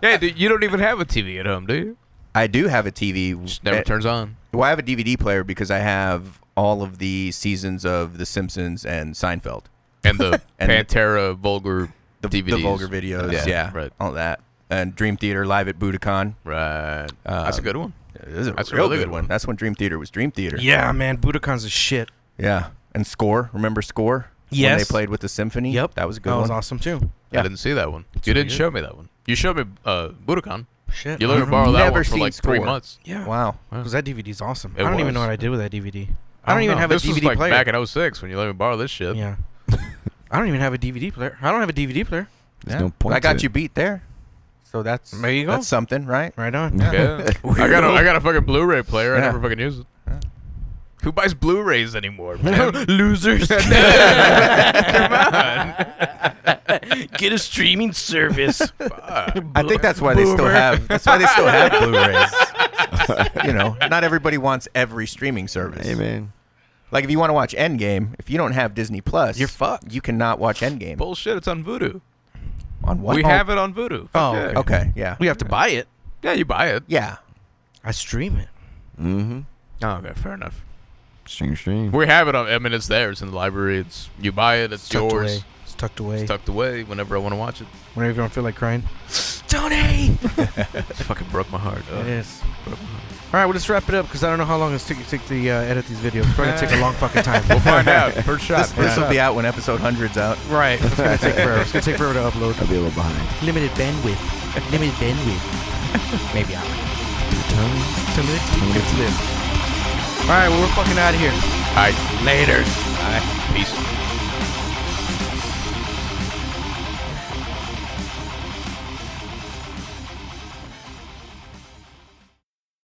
Speaker 4: yeah, dude, you don't even have a TV at home, do you?
Speaker 5: (laughs) I do have a TV.
Speaker 4: Just never
Speaker 5: eh,
Speaker 4: turns on.
Speaker 5: Well, I have a DVD player because I have all of the seasons of The Simpsons and Seinfeld.
Speaker 4: And the
Speaker 5: And-
Speaker 4: Pantera vulgar
Speaker 5: The, the
Speaker 4: DVDs.
Speaker 5: vulgar videos.
Speaker 4: Yeah,
Speaker 5: Yeah,
Speaker 4: right.
Speaker 5: All that. And Dream Theater live at Budokan.
Speaker 4: Right. That's a
Speaker 5: Um,
Speaker 4: good one.
Speaker 5: It is a
Speaker 4: That's a
Speaker 5: real
Speaker 4: really
Speaker 5: good,
Speaker 4: good
Speaker 5: one.
Speaker 4: one.
Speaker 5: That's when Dream Theater was Dream Theater.
Speaker 2: Yeah, man, Budokan's a shit.
Speaker 5: Yeah. And Score. Remember Score? When they
Speaker 2: Yes.
Speaker 5: played with the symphony.
Speaker 2: Yep,
Speaker 5: That was a good
Speaker 2: that
Speaker 5: one.
Speaker 2: was awesome too.
Speaker 4: I
Speaker 5: yeah.
Speaker 4: didn't see that one. you didn't
Speaker 2: weird.
Speaker 4: show me that one. You showed me uh, Budokan.
Speaker 2: Shit,
Speaker 4: You
Speaker 2: I
Speaker 4: let me
Speaker 2: don't
Speaker 4: borrow that
Speaker 5: Never
Speaker 4: one for
Speaker 5: seen
Speaker 4: like three
Speaker 5: Score.
Speaker 4: months.
Speaker 2: Yeah.
Speaker 5: Wow.
Speaker 2: Because that DVD's awesome.
Speaker 4: It
Speaker 2: I don't even know
Speaker 4: was.
Speaker 2: what I did with that DVD. I don't, even
Speaker 4: know.
Speaker 2: have
Speaker 4: this
Speaker 2: a DVD
Speaker 4: was like
Speaker 2: player.
Speaker 4: back in 06 when you let me borrow this shit.
Speaker 2: yeah. I don't even have a DVD player. I don't have a DVD player.
Speaker 3: There's no point
Speaker 5: I got
Speaker 3: to
Speaker 5: you beat there. So that's
Speaker 2: There you go.
Speaker 5: that's something, right?
Speaker 2: Right on.
Speaker 4: Yeah. I got a, I got a fucking Blu-ray player. I
Speaker 5: Yeah.
Speaker 4: never fucking use it. Who buys Blu-rays anymore,
Speaker 2: (laughs)
Speaker 4: man?
Speaker 2: Losers.
Speaker 4: Come on.
Speaker 2: Get a streaming service.
Speaker 5: (laughs) I think that's why they still
Speaker 2: Boomer.
Speaker 5: have that's why they still
Speaker 2: (laughs)
Speaker 5: have Blu-rays. you know, not everybody wants every streaming service.
Speaker 3: Hey man,
Speaker 5: Like if you want to watch Endgame, if you don't have Disney Plus,
Speaker 2: You're fucked.
Speaker 5: You cannot watch Endgame
Speaker 4: (laughs) Bullshit. It's on Voodoo.
Speaker 5: on what?
Speaker 4: We
Speaker 5: Oh,
Speaker 4: have it on Voodoo. Fuck
Speaker 2: Oh,
Speaker 4: yeah.
Speaker 5: Okay, yeah,
Speaker 2: we have to buy it.
Speaker 4: Yeah, you buy it.
Speaker 5: yeah.
Speaker 2: I stream it.
Speaker 3: mm-hmm.
Speaker 4: Oh, okay, fair enough.
Speaker 3: Stream, stream.
Speaker 4: We have it on. I mean, it's there. It's in the library. It's you buy it. It's,
Speaker 2: tucked
Speaker 4: yours.
Speaker 2: away. It's tucked away.
Speaker 4: It's tucked away. Whenever I want to watch it.
Speaker 2: Whenever you don't feel like crying. Tony!
Speaker 4: fucking broke my heart.
Speaker 2: It is. All right, well, let's wrap it up because I don't know how long it's taking to take the, uh, edit these videos. It's probably going to take a long fucking time.
Speaker 4: (laughs) We'll find out. First shot.
Speaker 5: This, this will be out when episode hundred's out.
Speaker 2: right. It's
Speaker 3: (laughs)
Speaker 2: going to take forever. It's going to take forever to upload.
Speaker 3: I'll be a little behind.
Speaker 2: Limited bandwidth. Limited bandwidth. Maybe I To live. All right, well, we're fucking out of here.
Speaker 4: All right. Later. All right. Peace.